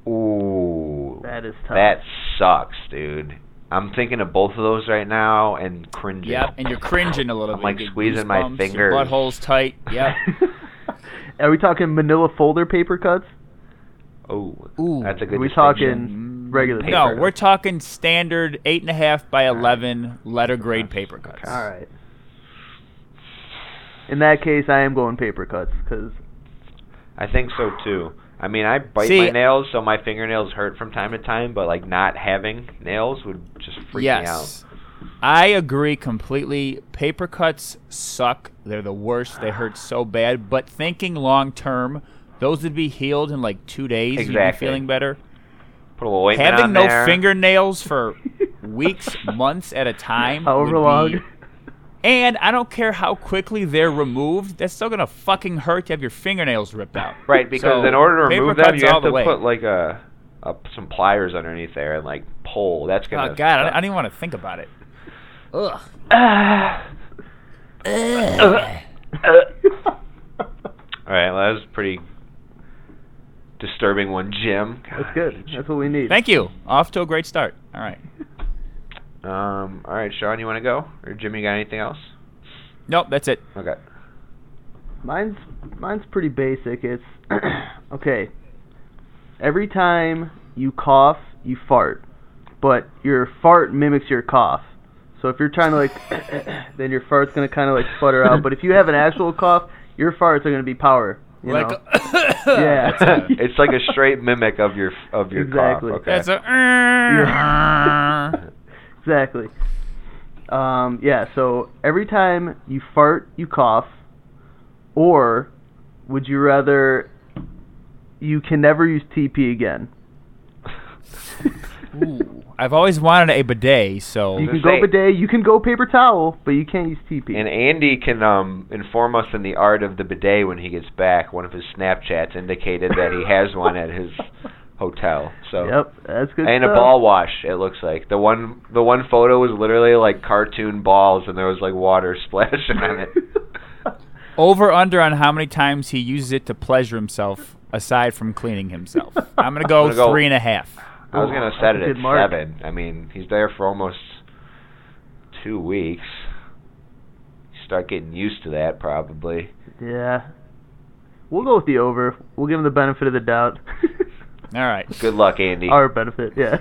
[SPEAKER 3] Ooh.
[SPEAKER 5] That is tough.
[SPEAKER 3] That sucks, dude. I'm thinking of both of those right now and cringing.
[SPEAKER 4] Yep, and you're cringing a little
[SPEAKER 3] I'm
[SPEAKER 4] bit.
[SPEAKER 3] like
[SPEAKER 4] You get
[SPEAKER 3] squeezing my
[SPEAKER 4] goosebumps,
[SPEAKER 3] fingers.
[SPEAKER 4] Your butthole's tight. Yep.
[SPEAKER 5] Are we talking manila folder paper cuts?
[SPEAKER 3] Oh,
[SPEAKER 4] Ooh.
[SPEAKER 3] that's a good
[SPEAKER 5] Are we
[SPEAKER 3] distinction.
[SPEAKER 5] talking regular paper
[SPEAKER 4] No,
[SPEAKER 5] cuts?
[SPEAKER 4] we're talking standard eight and a half by eleven letter grade paper cuts.
[SPEAKER 5] All right. In that case, I am going paper cuts because
[SPEAKER 3] I think so too. I mean, I bite
[SPEAKER 4] See-
[SPEAKER 3] my nails, so my fingernails hurt from time to time. But like not having nails would just freak me out.
[SPEAKER 4] yes. I agree completely. Paper cuts suck. They're the worst. They hurt so bad. But thinking long term, those would be healed in like two days. You'd be
[SPEAKER 3] Exactly.
[SPEAKER 4] feeling better.
[SPEAKER 3] Put a little ointment
[SPEAKER 4] Having
[SPEAKER 3] on
[SPEAKER 4] no
[SPEAKER 3] there.
[SPEAKER 4] fingernails for weeks, months at a time.
[SPEAKER 5] however
[SPEAKER 4] would
[SPEAKER 5] long.
[SPEAKER 4] be- and I don't care how quickly they're removed. That's still gonna fucking hurt to have your fingernails ripped out.
[SPEAKER 3] Right, because
[SPEAKER 4] So,
[SPEAKER 3] in order to
[SPEAKER 4] paper
[SPEAKER 3] remove them,
[SPEAKER 4] cuts
[SPEAKER 3] you
[SPEAKER 4] all
[SPEAKER 3] have
[SPEAKER 4] the
[SPEAKER 3] to
[SPEAKER 4] way.
[SPEAKER 3] put like a, a some pliers underneath there and like pull. That's gonna.
[SPEAKER 4] Oh God, I, I don't even want to think about it. Ugh.
[SPEAKER 3] All right, well, that was a pretty disturbing one, Jim.
[SPEAKER 5] That's good. That's what we need.
[SPEAKER 4] Thank you. Off to a great start. All right.
[SPEAKER 3] Um, all right, Sean, you want to go, or Jimmy got anything else?
[SPEAKER 4] Nope, that's it.
[SPEAKER 3] Okay.
[SPEAKER 5] Mine's mine's pretty basic. It's okay. Every time you cough, you fart, but your fart mimics your cough. So if you're trying to like, then your fart's gonna kind of like sputter out. But if you have an actual cough, your farts are gonna be power. You
[SPEAKER 4] like,
[SPEAKER 5] know? yeah.
[SPEAKER 3] it's like a straight mimic of your of your
[SPEAKER 5] Exactly.
[SPEAKER 3] cough. Okay.
[SPEAKER 4] that's a. uh.
[SPEAKER 5] Exactly. Um, yeah, so every time you fart, you cough. Or would you rather you can never use TP again?
[SPEAKER 4] Ooh. I've always wanted a bidet, so
[SPEAKER 5] You
[SPEAKER 3] was
[SPEAKER 5] can go
[SPEAKER 3] gonna say-
[SPEAKER 5] bidet, you can go paper towel, but you can't use TP.
[SPEAKER 3] and Andy can um, inform us in the art of the bidet when he gets back. One of his Snapchats indicated that he has one at his hotel. So
[SPEAKER 5] yep, that's good
[SPEAKER 3] and
[SPEAKER 5] stuff.
[SPEAKER 3] a ball wash. It looks like the one the one photo was literally like cartoon balls, and there was like water splashing on it.
[SPEAKER 4] over under on how many times he uses it to pleasure himself aside from cleaning himself. I'm gonna go
[SPEAKER 3] I'm gonna go-
[SPEAKER 4] three and a half.
[SPEAKER 3] I was gonna
[SPEAKER 5] Ooh,
[SPEAKER 3] set
[SPEAKER 5] that's a
[SPEAKER 3] it at
[SPEAKER 5] good mark.
[SPEAKER 3] seven. I mean, he's there for almost two weeks. You start getting used to that probably.
[SPEAKER 5] Yeah. We'll go with the over. We'll give him the benefit of the doubt.
[SPEAKER 4] All right. Good,
[SPEAKER 3] Good luck, Andy.
[SPEAKER 5] Our benefit, yeah.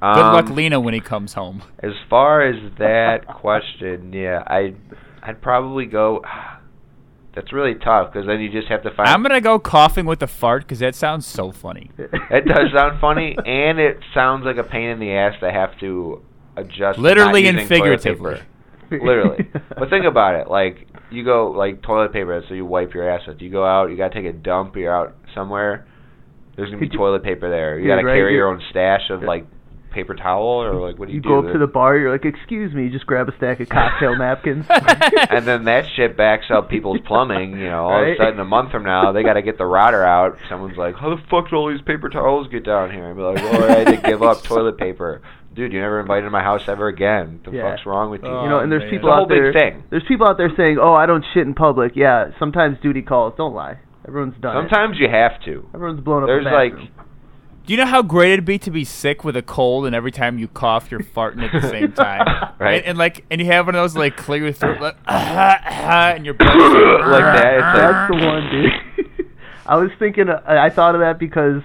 [SPEAKER 3] Um,
[SPEAKER 4] luck, Lena, when he comes home.
[SPEAKER 3] As far as that question, yeah, I I'd probably go. That's really tough because then you just have to find.
[SPEAKER 4] I'm gonna go coughing with a fart because that sounds so funny.
[SPEAKER 3] it does sound funny, and it sounds like a pain in the ass to have to adjust. to
[SPEAKER 4] Literally
[SPEAKER 3] not
[SPEAKER 4] and
[SPEAKER 3] using toilet
[SPEAKER 4] figuratively.
[SPEAKER 3] paper. Literally. but think about it. Like you go like toilet paper, so you wipe your ass with. You go out, you gotta take a dump. You're out somewhere. There's gonna be
[SPEAKER 5] Could you-
[SPEAKER 3] toilet paper there. You
[SPEAKER 5] Yeah,
[SPEAKER 3] gotta
[SPEAKER 5] right,
[SPEAKER 3] carry
[SPEAKER 5] you-
[SPEAKER 3] your own stash of like paper towel or like what do you,
[SPEAKER 5] You
[SPEAKER 3] do?
[SPEAKER 5] go up to the bar, you're like, excuse me, just grab a stack of cocktail napkins.
[SPEAKER 3] and then that shit backs up people's plumbing. You know, all
[SPEAKER 5] Right?
[SPEAKER 3] of a sudden, a month from now, they got to get the rotter out. Someone's like, "How the fuck do all these paper towels get down here?" And be like, "Well, I had to give up toilet paper, dude. You never invited to my house ever again. The
[SPEAKER 5] Yeah. Oh,
[SPEAKER 3] fuck's wrong with you?"
[SPEAKER 5] You know, and there's
[SPEAKER 3] Oh,
[SPEAKER 4] man.
[SPEAKER 3] it's a
[SPEAKER 5] people
[SPEAKER 3] whole
[SPEAKER 5] out there.
[SPEAKER 3] big thing.
[SPEAKER 5] There's people out there saying, "Oh, I don't shit in public." Yeah, sometimes duty calls. Don't lie. Everyone's done. it.
[SPEAKER 3] Sometimes you have to.
[SPEAKER 5] everyone's blown up.
[SPEAKER 3] There's
[SPEAKER 5] the
[SPEAKER 3] like,
[SPEAKER 5] bathroom.
[SPEAKER 4] Do you know how great it'd be to be sick with a cold and every time you cough, you're farting at the same time?
[SPEAKER 3] Right.
[SPEAKER 4] And, and like, and you have one of those like clear your throat, like, and your blood.
[SPEAKER 3] like that. It's like,
[SPEAKER 5] that's the one, dude. I was thinking. Uh, I thought of that because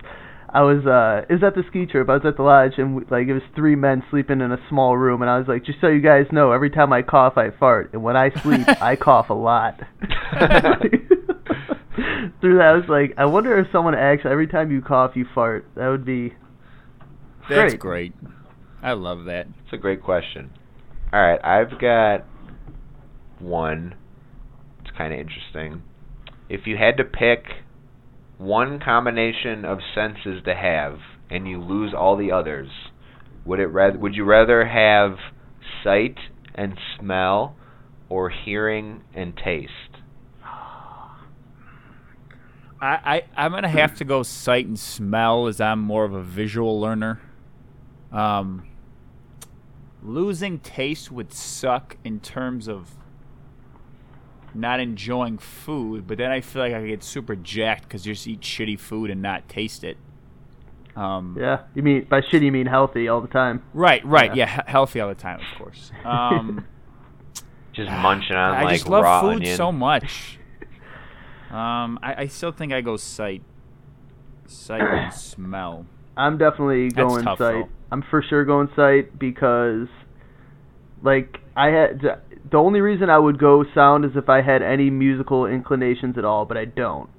[SPEAKER 5] I was. uh It was at the ski trip. I was at the lodge, and we, like it was three men sleeping in a small room, and I was like, just so you guys know, every time I cough, I fart, and when I sleep, I cough a lot. Through that, I was like, I wonder if someone actually every time you cough, you fart. That would be.
[SPEAKER 4] That's
[SPEAKER 5] Great.
[SPEAKER 4] great. I love that.
[SPEAKER 3] That's a great question. All right, I've got one. It's kind of interesting. If you had to pick one combination of senses to have and you lose all the others, would it rather would you rather have sight and smell or hearing and taste?
[SPEAKER 4] I, I I'm gonna have to go sight and smell as I'm more of a visual learner. Um, losing taste would suck in terms of not enjoying food, but then I feel like I get super jacked because you just eat shitty food and not taste it. Um,
[SPEAKER 5] Yeah, you mean by shitty you mean healthy all the time.
[SPEAKER 4] Right, right,
[SPEAKER 5] Yeah.
[SPEAKER 4] yeah, he- healthy all the time, of course. Um,
[SPEAKER 3] Just munching on
[SPEAKER 4] I
[SPEAKER 3] like
[SPEAKER 4] just love
[SPEAKER 3] raw
[SPEAKER 4] food
[SPEAKER 3] onion.
[SPEAKER 4] so much. Um, I, I still think I go sight, sight and smell.
[SPEAKER 5] I'm definitely
[SPEAKER 4] That's
[SPEAKER 5] going
[SPEAKER 4] tough,
[SPEAKER 5] sight.
[SPEAKER 4] though.
[SPEAKER 5] I'm for sure going sight because, like, I had the only reason I would go sound is if I had any musical inclinations at all, but I don't.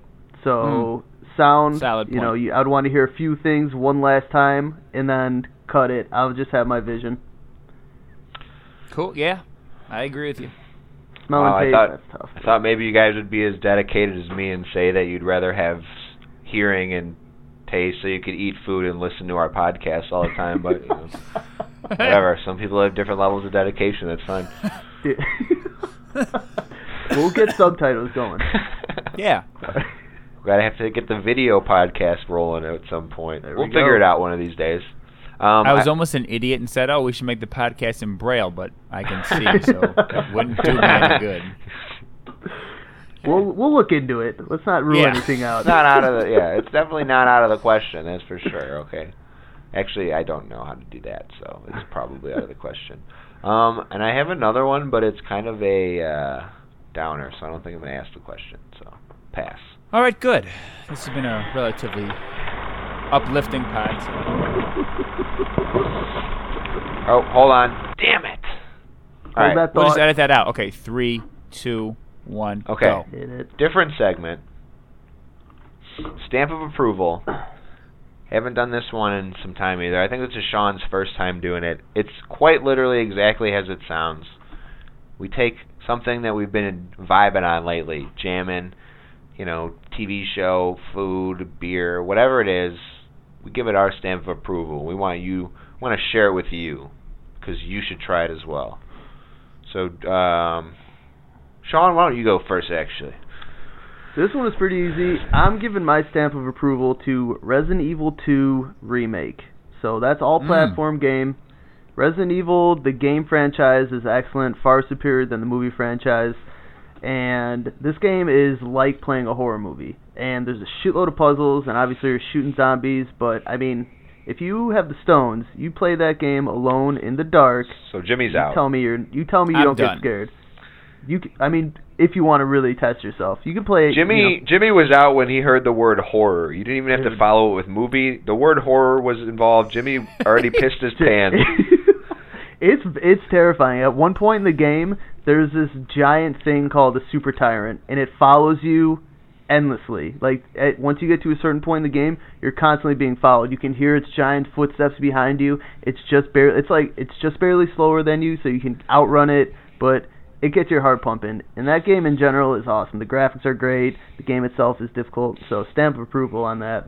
[SPEAKER 5] So sound,
[SPEAKER 4] Solid
[SPEAKER 5] you know,
[SPEAKER 4] Hmm. point.
[SPEAKER 5] you, I'd want to hear a few things one last time and then cut it. I'll just have my vision.
[SPEAKER 4] Cool, yeah, I agree with you.
[SPEAKER 5] Smell and
[SPEAKER 3] Wow, Oh, I
[SPEAKER 5] taste,
[SPEAKER 3] thought-
[SPEAKER 5] that's tough.
[SPEAKER 3] I thought maybe you guys would be as dedicated as me and say that you'd rather have s- hearing and taste so you could eat food and listen to our podcast all the time, but you know, whatever. Some people have different levels of dedication. That's fine.
[SPEAKER 5] we'll get subtitles going.
[SPEAKER 4] Yeah,
[SPEAKER 3] We're gonna have to get the video podcast rolling at some point.
[SPEAKER 5] There
[SPEAKER 3] we'll
[SPEAKER 5] we
[SPEAKER 3] figure
[SPEAKER 5] go.
[SPEAKER 3] it out one of these days. Um,
[SPEAKER 4] I was almost an idiot and said, "Oh, we should make the podcast in braille," but I can see, so it wouldn't do me any good.
[SPEAKER 5] We'll we'll look into it. Let's not rule
[SPEAKER 4] Yeah.
[SPEAKER 5] anything out.
[SPEAKER 3] It's not out of the yeah. It's definitely not out of the question. That's for sure. Okay. Actually, I don't know how to do that, so it's probably out of the question. Um, and I have another one, but it's kind of a uh, downer, so I don't think I'm gonna ask the question. So pass.
[SPEAKER 4] All right, good. This has been a relatively uplifting pod.
[SPEAKER 3] Oh, hold on. Damn it. All
[SPEAKER 5] Hold
[SPEAKER 3] right.
[SPEAKER 5] that
[SPEAKER 4] We'll
[SPEAKER 5] thought.
[SPEAKER 4] just edit that out. Okay, three, two, one,
[SPEAKER 3] Okay.
[SPEAKER 4] go.
[SPEAKER 5] Hit it.
[SPEAKER 3] Different segment. Stamp of approval. Haven't done this one in some time either. I think this is Sean's first time doing it. It's quite literally exactly as it sounds. We take something that we've been vibing on lately, jamming, you know, TV show, food, beer, whatever it is. We give it our stamp of approval. We want you, want to share it with you, because you should try it as well. So, um, Sean, why don't you go first? Actually.
[SPEAKER 5] This one is pretty easy. I'm giving my stamp of approval to Resident Evil 2 remake. So that's all
[SPEAKER 4] Mm.
[SPEAKER 5] platform game. Resident Evil, the game franchise, is excellent, far superior than the movie franchise. And this game is like playing a horror movie. And there's a shitload of puzzles, and obviously you're shooting zombies. But I mean, if you have the stones, you play that game alone in the dark.
[SPEAKER 3] So Jimmy's
[SPEAKER 5] you
[SPEAKER 3] out.
[SPEAKER 5] Tell me you're. You tell me you
[SPEAKER 4] I'm
[SPEAKER 5] don't
[SPEAKER 4] done.
[SPEAKER 5] get scared. You. c- I mean, if you want to really test yourself, you can play. you know, Mm.
[SPEAKER 3] Jimmy Jimmy was out when he heard the word horror. You didn't even have to follow it with movie. The word horror was involved. Jimmy already pissed his pants.
[SPEAKER 5] it's it's terrifying. At one point in the game, there's this giant thing called a super tyrant, and it follows you endlessly. Like at, once you get to a certain point in the game, you're constantly being followed. You can hear its giant footsteps behind you. It's just barely it's like it's just barely slower than you, so you can outrun it, but it gets your heart pumping. And that game in general is awesome. The graphics are great. The game itself is difficult, so stamp of approval on that.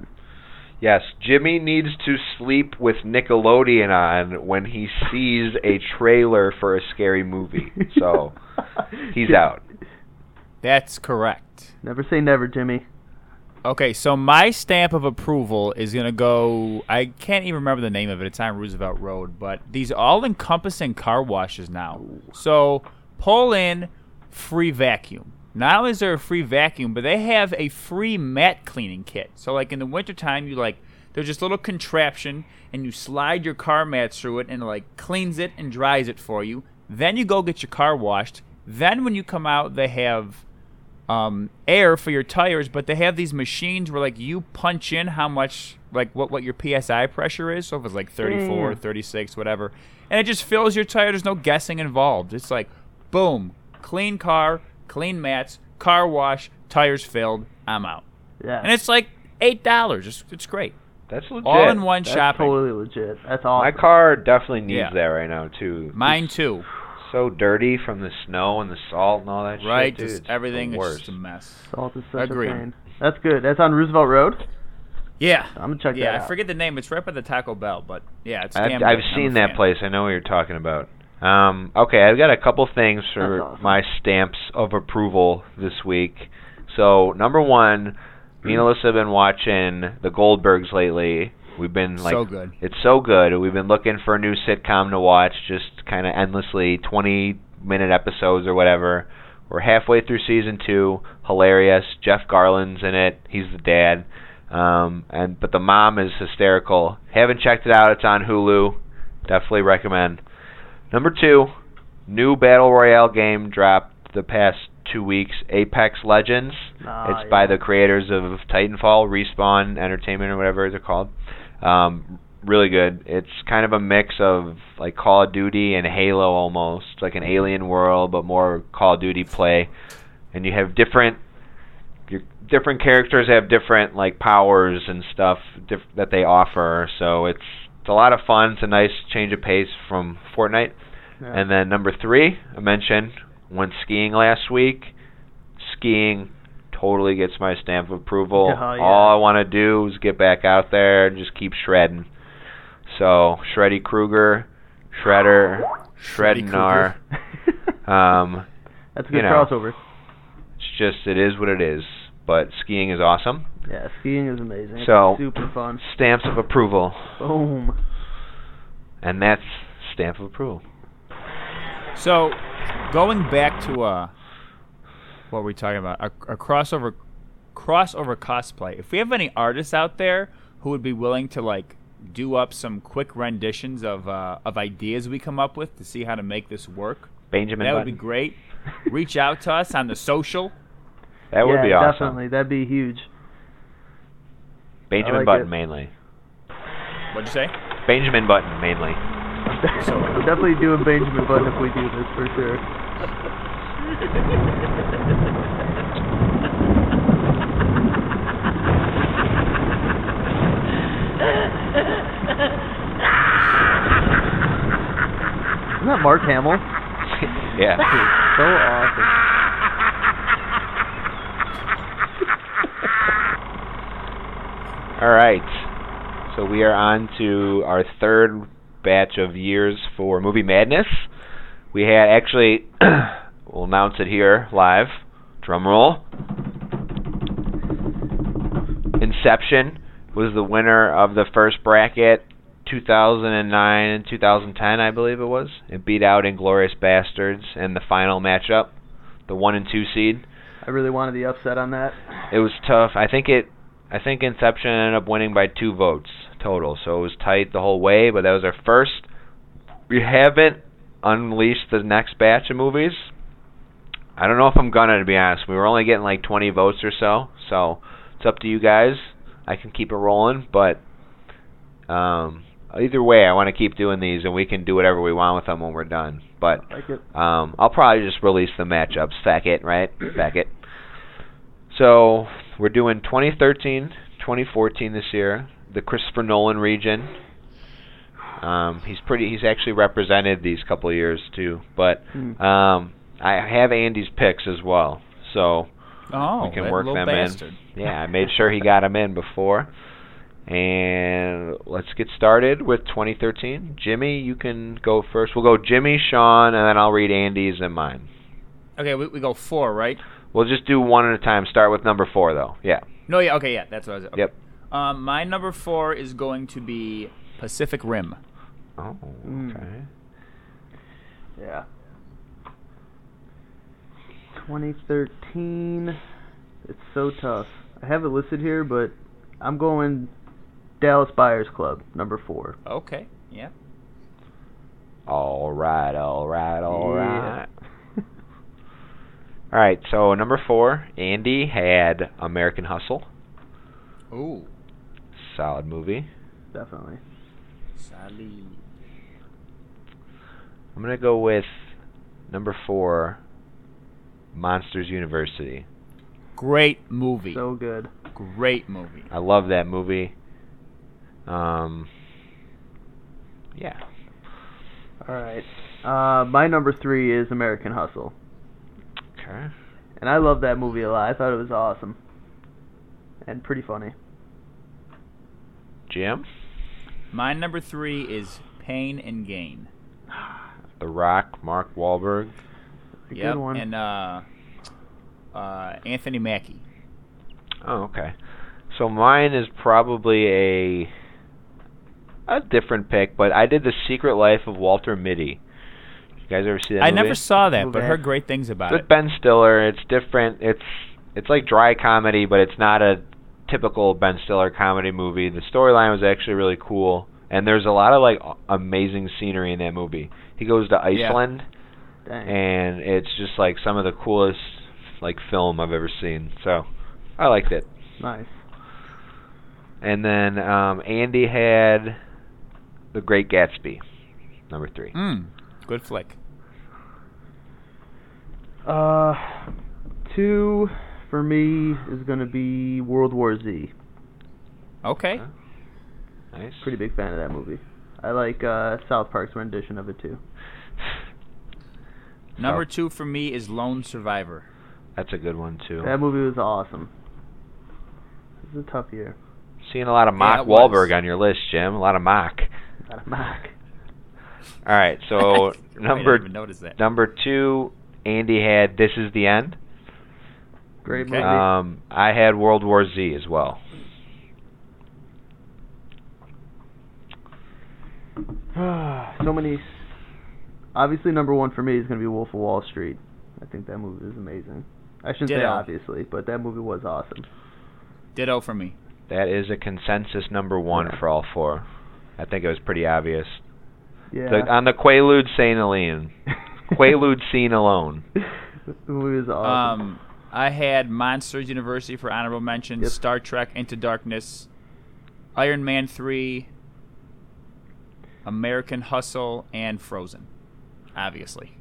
[SPEAKER 3] Yes, Jimmy needs to sleep with Nickelodeon on when he sees a trailer for a scary movie. So he's
[SPEAKER 5] Jim-
[SPEAKER 3] out.
[SPEAKER 4] That's correct.
[SPEAKER 5] Never say never, Jimmy.
[SPEAKER 4] Okay, so my stamp of approval is going to go. I can't even remember the name of it. It's on Roosevelt Road, but these all encompassing car washes now. So pull in free vacuum. Not only is there a free vacuum, but they have a free mat cleaning kit. So, like in the wintertime, you like, there's just a little contraption and you slide your car mats through it and it like cleans it and dries it for you. Then you go get your car washed. Then when you come out, they have um, air for your tires, but they have these machines where like you punch in how much like what what your psi pressure is. So if it's like
[SPEAKER 3] Mm.
[SPEAKER 4] 34, 36, whatever, and it just fills your tire. There's no guessing involved. It's like boom, clean car, clean mats, car wash, tires filled. I'm out,
[SPEAKER 5] Yeah.
[SPEAKER 4] and it's like eight dollars. It's it's great.
[SPEAKER 3] That's legit.
[SPEAKER 4] All in one
[SPEAKER 5] That's
[SPEAKER 4] shopping.
[SPEAKER 5] totally legit. That's
[SPEAKER 3] My
[SPEAKER 5] awesome.
[SPEAKER 3] car definitely needs
[SPEAKER 4] Yeah.
[SPEAKER 3] that right now too.
[SPEAKER 4] Mine
[SPEAKER 3] It's
[SPEAKER 4] too.
[SPEAKER 3] so dirty from the snow and the salt and all that shit.
[SPEAKER 4] Right,
[SPEAKER 3] dude,
[SPEAKER 4] just
[SPEAKER 3] it's the
[SPEAKER 4] everything is
[SPEAKER 3] worst.
[SPEAKER 4] just a mess.
[SPEAKER 5] Salt is such
[SPEAKER 4] Agreed.
[SPEAKER 5] a pain. That's good. That's on Roosevelt Road.
[SPEAKER 4] Yeah,
[SPEAKER 5] I'm gonna check
[SPEAKER 4] yeah.
[SPEAKER 5] that out.
[SPEAKER 4] I forget the name. It's right by the Taco Bell, but yeah, it's.
[SPEAKER 3] I've,
[SPEAKER 4] damn
[SPEAKER 3] I've
[SPEAKER 4] good. I'm a
[SPEAKER 3] seen that
[SPEAKER 4] fan.
[SPEAKER 3] place. I know what you're talking about. Um, okay, I've got a couple things for
[SPEAKER 5] That's awesome.
[SPEAKER 3] my stamps of approval this week. So number one, me and Alyssa have been watching The Goldbergs lately. We've been like,
[SPEAKER 4] so good.
[SPEAKER 3] it's so good. We've been looking for a new sitcom to watch, just kind of endlessly, 20 minute episodes or whatever. We're halfway through season two. Hilarious. Jeff Garland's in it. He's the dad. Um, and but the mom is hysterical. Haven't checked it out. It's on Hulu. Definitely recommend. Number two, new battle royale game dropped the past two weeks. Apex Legends. it's by the creators of Titanfall, Respawn Entertainment, or whatever they're called. Um, really good. It's kind of a mix of like Call of Duty and Halo almost, like an alien world, but more Call of Duty play. And you have different your different characters have different like powers and stuff diff- that they offer. So it's it's a lot of fun. It's a nice change of pace from Fortnite. And then number three, I mentioned went skiing last week. Skiing totally gets my stamp of approval.
[SPEAKER 5] Oh, yeah.
[SPEAKER 3] All I want to do is get back out there and just keep shredding. So Shreddy Kruger, Shredder, Shreddinar. um,
[SPEAKER 5] That's a
[SPEAKER 3] you
[SPEAKER 5] good
[SPEAKER 3] know,
[SPEAKER 5] crossover.
[SPEAKER 3] It's just it is what it is. But skiing is awesome.
[SPEAKER 5] Yeah, skiing is amazing.
[SPEAKER 3] So-
[SPEAKER 5] super fun.
[SPEAKER 3] Stamps of approval,
[SPEAKER 5] Boom.
[SPEAKER 3] and that's stamp of approval.
[SPEAKER 4] So, going back to uh, what were we talking about? A, a crossover, crossover cosplay. If we have any artists out there who would be willing to like do up some quick renditions of uh, of ideas we come up with to see how to make this work,
[SPEAKER 3] Benjamin
[SPEAKER 4] that would be
[SPEAKER 3] Button.
[SPEAKER 4] great. Reach out to us on the social.
[SPEAKER 3] that would
[SPEAKER 5] yeah,
[SPEAKER 3] be awesome.
[SPEAKER 5] Definitely, that'd be huge.
[SPEAKER 3] Benjamin
[SPEAKER 5] like
[SPEAKER 3] Button
[SPEAKER 5] it.
[SPEAKER 3] mainly.
[SPEAKER 4] What'd you say?
[SPEAKER 3] Benjamin Button mainly.
[SPEAKER 5] We'll definitely do a Benjamin Button if we do this for sure. Isn't that Mark Hamill?
[SPEAKER 3] yeah.
[SPEAKER 5] So awesome.
[SPEAKER 3] All right. So we are on to our third batch of years for Movie Madness. We had actually, we'll announce it here live. Drum roll. Inception was the winner of the first bracket, 2009 and 2010, I believe it was. It beat out Inglorious Bastards in the final matchup, the one and two seed.
[SPEAKER 5] I really wanted the upset on that.
[SPEAKER 3] It was tough. I think it. I think Inception ended up winning by two votes total, so it was tight the whole way. But that was our first. We haven't unleashed the next batch of movies. I don't know if I'm gonna, to be honest. We were only getting like 20 votes or so, so it's up to you guys. I can keep it rolling, but um, either way, I want to keep doing these, and we can do whatever we want with them when we're done. But
[SPEAKER 5] Like it.
[SPEAKER 3] um, I'll probably just release the matchups. Fack it, right? Fack it. So we're doing 2013, 2014 this year. The Christopher Nolan region. Um, he's pretty. He's actually represented these couple of years too. But
[SPEAKER 5] Hmm.
[SPEAKER 3] um, I have Andy's picks as well. So
[SPEAKER 4] Oh,
[SPEAKER 3] We can
[SPEAKER 4] that
[SPEAKER 3] work
[SPEAKER 4] little
[SPEAKER 3] them in.
[SPEAKER 4] bastard.
[SPEAKER 3] yeah, I made sure he got him in before. And let's get started with 2013. Jimmy, you can go first. We'll go Jimmy, Sean, and then I'll read Andy's and mine.
[SPEAKER 4] Okay, we, we go four, right?
[SPEAKER 3] We'll just do one at a time. Start with number four, though. Yeah.
[SPEAKER 4] No, yeah, okay, yeah, that's what I was. Okay.
[SPEAKER 3] Yep.
[SPEAKER 4] Um, my number four is going to be Pacific Rim.
[SPEAKER 3] Oh,
[SPEAKER 5] Mm.
[SPEAKER 3] okay.
[SPEAKER 5] Yeah. 2013. It's so tough. I have it listed here, but I'm going Dallas Buyers Club, number four.
[SPEAKER 4] Okay, yeah.
[SPEAKER 3] All right, all right, all
[SPEAKER 5] Yeah.
[SPEAKER 3] right. all right, so number four, Andy had American Hustle.
[SPEAKER 4] Ooh,
[SPEAKER 3] Solid movie.
[SPEAKER 5] Definitely.
[SPEAKER 4] Sally.
[SPEAKER 3] I'm going to go with number four, Monsters University.
[SPEAKER 4] Great movie.
[SPEAKER 5] So good.
[SPEAKER 4] Great movie.
[SPEAKER 3] I love that movie. Um, yeah.
[SPEAKER 5] All right. Uh, my number three is American Hustle,
[SPEAKER 3] Okay.
[SPEAKER 5] and I love that movie a lot. I thought it was awesome and pretty funny.
[SPEAKER 3] Jim,
[SPEAKER 4] My number three is Pain and Gain.
[SPEAKER 3] The Rock, Mark Wahlberg.
[SPEAKER 5] A
[SPEAKER 4] Yep,
[SPEAKER 5] good one.
[SPEAKER 4] And uh, uh, Anthony Mackie.
[SPEAKER 3] Oh, okay. So mine is probably a a different pick, but I did the Secret Life of Walter Mitty. guys ever see that?
[SPEAKER 4] I
[SPEAKER 3] movie?
[SPEAKER 4] never saw that, but heard great things about
[SPEAKER 3] It's
[SPEAKER 4] it.
[SPEAKER 3] with Ben Stiller. It's different. It's it's like dry comedy, but it's not a typical Ben Stiller comedy movie. The storyline was actually really cool, and there's a lot of like a- amazing scenery in that movie. He goes to
[SPEAKER 4] Yeah.
[SPEAKER 3] Iceland,
[SPEAKER 5] Dang.
[SPEAKER 3] and it's just like some of the coolest like film I've ever seen. So I liked it.
[SPEAKER 5] Nice.
[SPEAKER 3] And then um, Andy had The Great Gatsby, number three.
[SPEAKER 4] Mm, good flick.
[SPEAKER 5] Uh, two for me is gonna be World War Z.
[SPEAKER 4] Okay.
[SPEAKER 3] Nice.
[SPEAKER 5] Pretty big fan of that movie. I like uh, South Park's rendition of it too.
[SPEAKER 3] Oh.
[SPEAKER 4] Number two for me is Lone Survivor.
[SPEAKER 3] That's a good one too.
[SPEAKER 5] That movie was awesome. It was a tough year.
[SPEAKER 3] Seeing a lot of
[SPEAKER 5] Yeah,
[SPEAKER 3] Mark
[SPEAKER 5] it was.
[SPEAKER 3] Wahlberg on your list, Jim. A lot of Mark.
[SPEAKER 5] Not a mock.
[SPEAKER 3] All right,
[SPEAKER 4] You're
[SPEAKER 3] so
[SPEAKER 4] right, I
[SPEAKER 3] Oh, number
[SPEAKER 4] didn't even notice that.
[SPEAKER 3] number two, Andy had "This Is the End."
[SPEAKER 5] Great
[SPEAKER 4] Okay. Uh,
[SPEAKER 5] movie.
[SPEAKER 3] Um, I had World War Z as well.
[SPEAKER 5] so many. Obviously, number one for me is gonna be Wolf of Wall Street. I think that movie is amazing. I shouldn't say
[SPEAKER 4] Ditto.
[SPEAKER 5] obviously, but that movie was awesome.
[SPEAKER 4] Ditto for me.
[SPEAKER 3] That is a consensus number one for all four. I think it was pretty obvious.
[SPEAKER 5] Yeah.
[SPEAKER 3] The-
[SPEAKER 4] uh,
[SPEAKER 3] on the Quaalude Saint Helene, Quaalude scene alone.
[SPEAKER 5] the movie was awesome.
[SPEAKER 4] Um, I had Monsters University for honorable mention,
[SPEAKER 5] Yep.
[SPEAKER 4] Star Trek Into Darkness, Iron Man 3, American Hustle, and Frozen, obviously.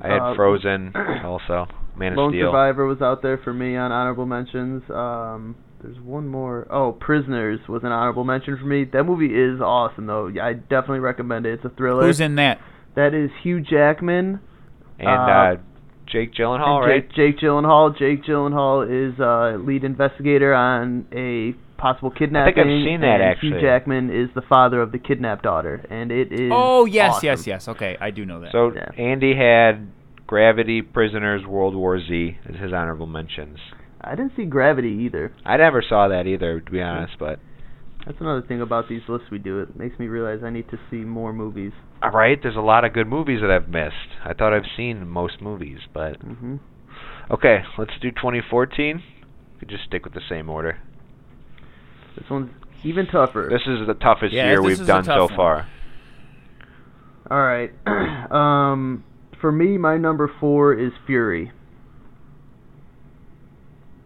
[SPEAKER 3] I had
[SPEAKER 5] Uh,
[SPEAKER 3] Frozen also. Man of
[SPEAKER 5] Lone
[SPEAKER 3] Steel.
[SPEAKER 5] Survivor was out there for me on honorable mentions. Um, there's one more. Oh, Prisoners was an honorable mention for me. That movie is awesome though. Yeah, I definitely recommend it. It's a thriller.
[SPEAKER 4] Who's in that?
[SPEAKER 5] that is Hugh Jackman
[SPEAKER 3] And
[SPEAKER 5] uh,
[SPEAKER 3] uh, Jake Gyllenhaal, right?
[SPEAKER 5] and Jake, Jake Gyllenhaal. Jake Gyllenhaal is uh, lead investigator on a possible kidnapping.
[SPEAKER 3] seen that,
[SPEAKER 5] and
[SPEAKER 3] actually.
[SPEAKER 5] Hugh Jackman is the father of the kidnapped daughter, and it is.
[SPEAKER 4] Oh, yes,
[SPEAKER 5] awesome.
[SPEAKER 4] yes, yes. Okay, I do know that.
[SPEAKER 3] So
[SPEAKER 5] Yeah.
[SPEAKER 3] Andy had Gravity, Prisoners, World War Z as his honorable mentions.
[SPEAKER 5] I didn't see Gravity either.
[SPEAKER 3] I never saw that either, to be honest. But
[SPEAKER 5] That's another thing about these lists we do. It makes me realize I need to see more movies.
[SPEAKER 3] all uh, right, there's a lot of good movies that I've missed. I thought I've seen most movies, but
[SPEAKER 5] hmm
[SPEAKER 3] okay, let's do 2014. We could just stick with the same order.
[SPEAKER 5] This one's even tougher.
[SPEAKER 3] This is the toughest
[SPEAKER 4] Yeah,
[SPEAKER 3] year
[SPEAKER 4] this
[SPEAKER 3] we've
[SPEAKER 4] is a
[SPEAKER 3] done so
[SPEAKER 4] tough one.
[SPEAKER 3] far.
[SPEAKER 5] All right. um, for me, my number four is Fury.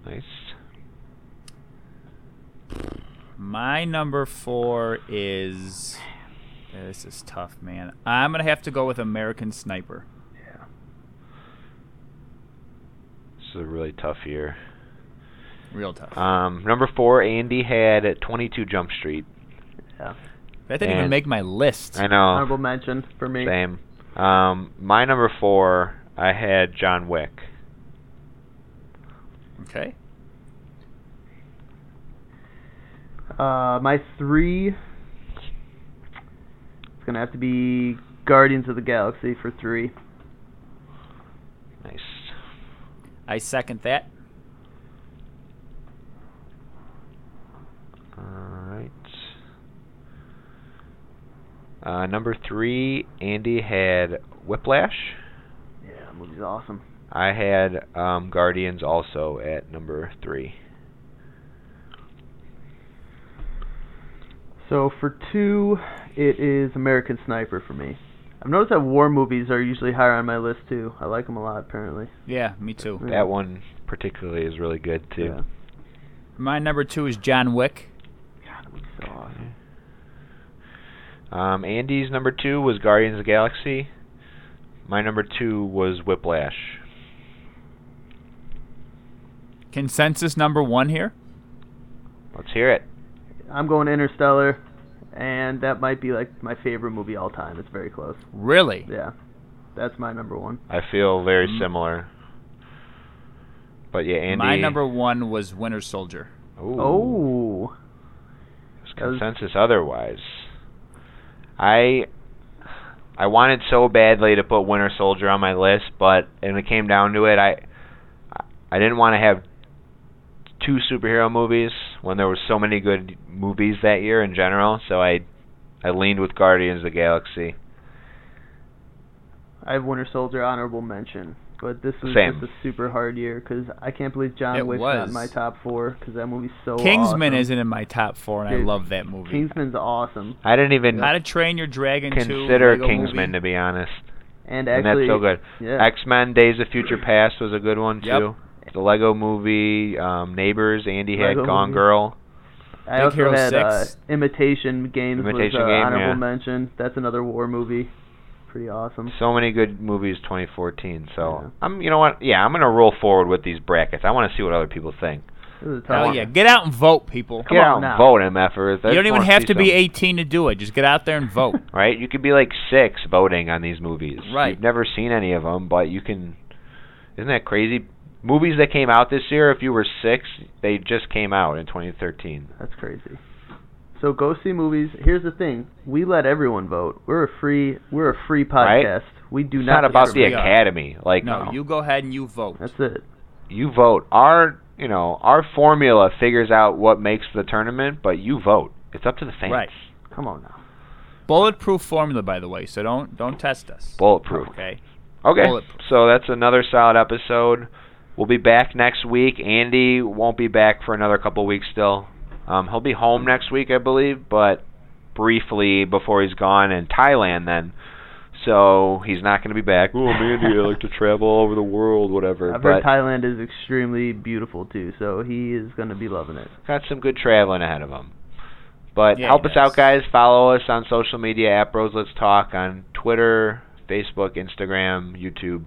[SPEAKER 3] Nice.
[SPEAKER 4] My number four is. This is tough, man. I'm going to have to go with American Sniper.
[SPEAKER 3] This is a really tough year.
[SPEAKER 4] Real tough.
[SPEAKER 3] Um, number four, Andy had 22 Jump Street.
[SPEAKER 4] that didn't even
[SPEAKER 3] and-
[SPEAKER 4] make my list.
[SPEAKER 3] I know.
[SPEAKER 5] Honorable mention for me.
[SPEAKER 3] Oh. Same. Um, my number four, I had John Wick.
[SPEAKER 4] Okay.
[SPEAKER 5] Uh, my three. It's gonna have to be Guardians of the Galaxy for three.
[SPEAKER 3] Nice.
[SPEAKER 4] I second that.
[SPEAKER 3] All right. Uh, number three, Andy had Whiplash.
[SPEAKER 5] Yeah, that movie's awesome.
[SPEAKER 3] I had um, Guardians also at number three.
[SPEAKER 5] So for two, it is American Sniper for me. I've noticed that war movies are usually higher on my list too. I like them a lot apparently.
[SPEAKER 4] Yeah, me too.
[SPEAKER 5] Yeah.
[SPEAKER 3] That one particularly is really good too.
[SPEAKER 5] Yeah.
[SPEAKER 4] My number two is John Wick.
[SPEAKER 5] God, that movie's so awesome.
[SPEAKER 3] Um, Andy's number two was Guardians of the Galaxy. My number two was Whiplash.
[SPEAKER 4] Consensus number one here.
[SPEAKER 3] Let's hear it.
[SPEAKER 5] I'm going Interstellar, and that might be like my favorite movie all time. It's very close.
[SPEAKER 4] Really?
[SPEAKER 5] Yeah, that's my number one.
[SPEAKER 3] I feel very
[SPEAKER 4] Mm.
[SPEAKER 3] similar. But yeah, Andy.
[SPEAKER 4] My number one was Winter Soldier.
[SPEAKER 3] Ooh.
[SPEAKER 5] Oh,
[SPEAKER 3] It's
[SPEAKER 5] That was-
[SPEAKER 3] consensus otherwise. I I wanted so badly to put Winter Soldier on my list, but when it came down to it, I I didn't want to have two superhero movies when there were so many good movies that year in general, so I I leaned with Guardians of the Galaxy.
[SPEAKER 5] I have Winter Soldier honorable mention, but this was
[SPEAKER 3] Same.
[SPEAKER 5] just a super hard year because I can't believe John
[SPEAKER 4] It
[SPEAKER 5] Wick's not
[SPEAKER 4] was.
[SPEAKER 5] in my top four because that movie's so.
[SPEAKER 4] Kingsman
[SPEAKER 5] Oh, awesome.
[SPEAKER 4] isn't in my top four, and I
[SPEAKER 5] Dude,
[SPEAKER 4] love that movie.
[SPEAKER 5] Kingsman's awesome.
[SPEAKER 3] I didn't even
[SPEAKER 4] How to Train Your Dragon 2.
[SPEAKER 3] consider
[SPEAKER 4] Lego
[SPEAKER 3] Kingsman
[SPEAKER 4] Movie.
[SPEAKER 3] to be honest.
[SPEAKER 5] And
[SPEAKER 3] And
[SPEAKER 5] actually,
[SPEAKER 3] that's so good.
[SPEAKER 5] Yeah.
[SPEAKER 3] X Men: Days of Future Past was a good one
[SPEAKER 4] Yep.
[SPEAKER 3] too. The Lego Movie, um, Neighbors, Andy had
[SPEAKER 5] Lego
[SPEAKER 3] Gone
[SPEAKER 5] Movie.
[SPEAKER 3] Girl.
[SPEAKER 5] I
[SPEAKER 4] Big
[SPEAKER 5] also
[SPEAKER 4] Hero
[SPEAKER 5] had uh,
[SPEAKER 4] 6.
[SPEAKER 5] Imitation Games
[SPEAKER 3] Imitation
[SPEAKER 5] was uh,
[SPEAKER 3] Game,
[SPEAKER 5] honorable
[SPEAKER 3] yeah.
[SPEAKER 5] mention. That's another war movie. Pretty awesome.
[SPEAKER 3] So many good movies 2014. So
[SPEAKER 5] Yeah.
[SPEAKER 3] I'm, you know what? Yeah, I'm gonna roll forward with these brackets. I want to see what other people think.
[SPEAKER 5] It was a tough
[SPEAKER 4] Hell
[SPEAKER 5] one.
[SPEAKER 4] yeah. Get out and vote, people.
[SPEAKER 5] Come
[SPEAKER 3] Get
[SPEAKER 5] on
[SPEAKER 3] out
[SPEAKER 5] now.
[SPEAKER 3] and vote, MFers.
[SPEAKER 4] you don't even have to be 18 to do it. Just get out there and vote.
[SPEAKER 3] right? You could be like six voting on these movies.
[SPEAKER 4] Right.
[SPEAKER 3] You've never seen any of them, but you can. Isn't that crazy? Movies that came out this year, if you were six, they just came out in 2013.
[SPEAKER 5] That's crazy. So go see movies. Here's the thing: we let everyone vote. We're a free, we're a free
[SPEAKER 3] Right.
[SPEAKER 5] podcast. We do
[SPEAKER 3] it's
[SPEAKER 5] not.
[SPEAKER 3] not about the
[SPEAKER 4] disagree.
[SPEAKER 3] Academy. Like
[SPEAKER 4] no, you go ahead and you vote.
[SPEAKER 5] That's it.
[SPEAKER 3] you vote. Our you know our formula figures out what makes the tournament, but you vote. It's up to the fans.
[SPEAKER 4] Right.
[SPEAKER 5] Come on now.
[SPEAKER 4] Bulletproof formula, by the way. So don't don't test us.
[SPEAKER 3] Bulletproof.
[SPEAKER 4] Okay.
[SPEAKER 3] Okay.
[SPEAKER 4] Bulletproof.
[SPEAKER 3] So that's another solid episode. We'll be back next week. Andy won't be back for another couple weeks still. Um, he'll be home next week, I believe, but briefly before he's gone in Thailand then. So he's not going to be back. Oh, I'm Andy, I like to travel all over the world, whatever.
[SPEAKER 5] I've
[SPEAKER 3] But
[SPEAKER 5] heard Thailand is extremely beautiful too, so he is going to be loving it.
[SPEAKER 3] got some good traveling ahead of him. But
[SPEAKER 4] Yeah,
[SPEAKER 3] help
[SPEAKER 4] he
[SPEAKER 3] us
[SPEAKER 4] does.
[SPEAKER 3] out, guys. Follow us on social media at Bros Let's Talk on Twitter, Facebook, Instagram, YouTube.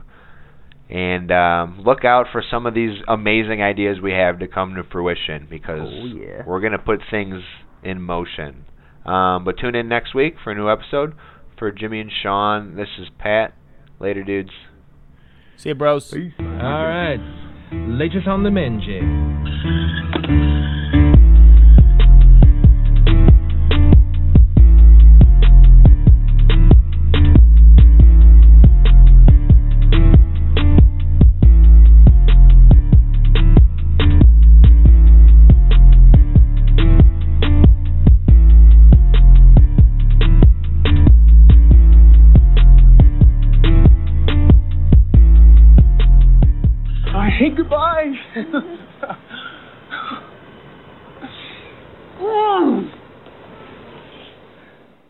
[SPEAKER 3] And um, look out for some of these amazing ideas we have to come to fruition because
[SPEAKER 5] Oh, yeah.
[SPEAKER 3] we're going to put things in motion. Um, but tune in next week for a new episode. For Jimmy and Sean, this is Pat. Later, dudes.
[SPEAKER 4] See you, bros.
[SPEAKER 12] All right. Latest on the menu.
[SPEAKER 10] I hate goodbye.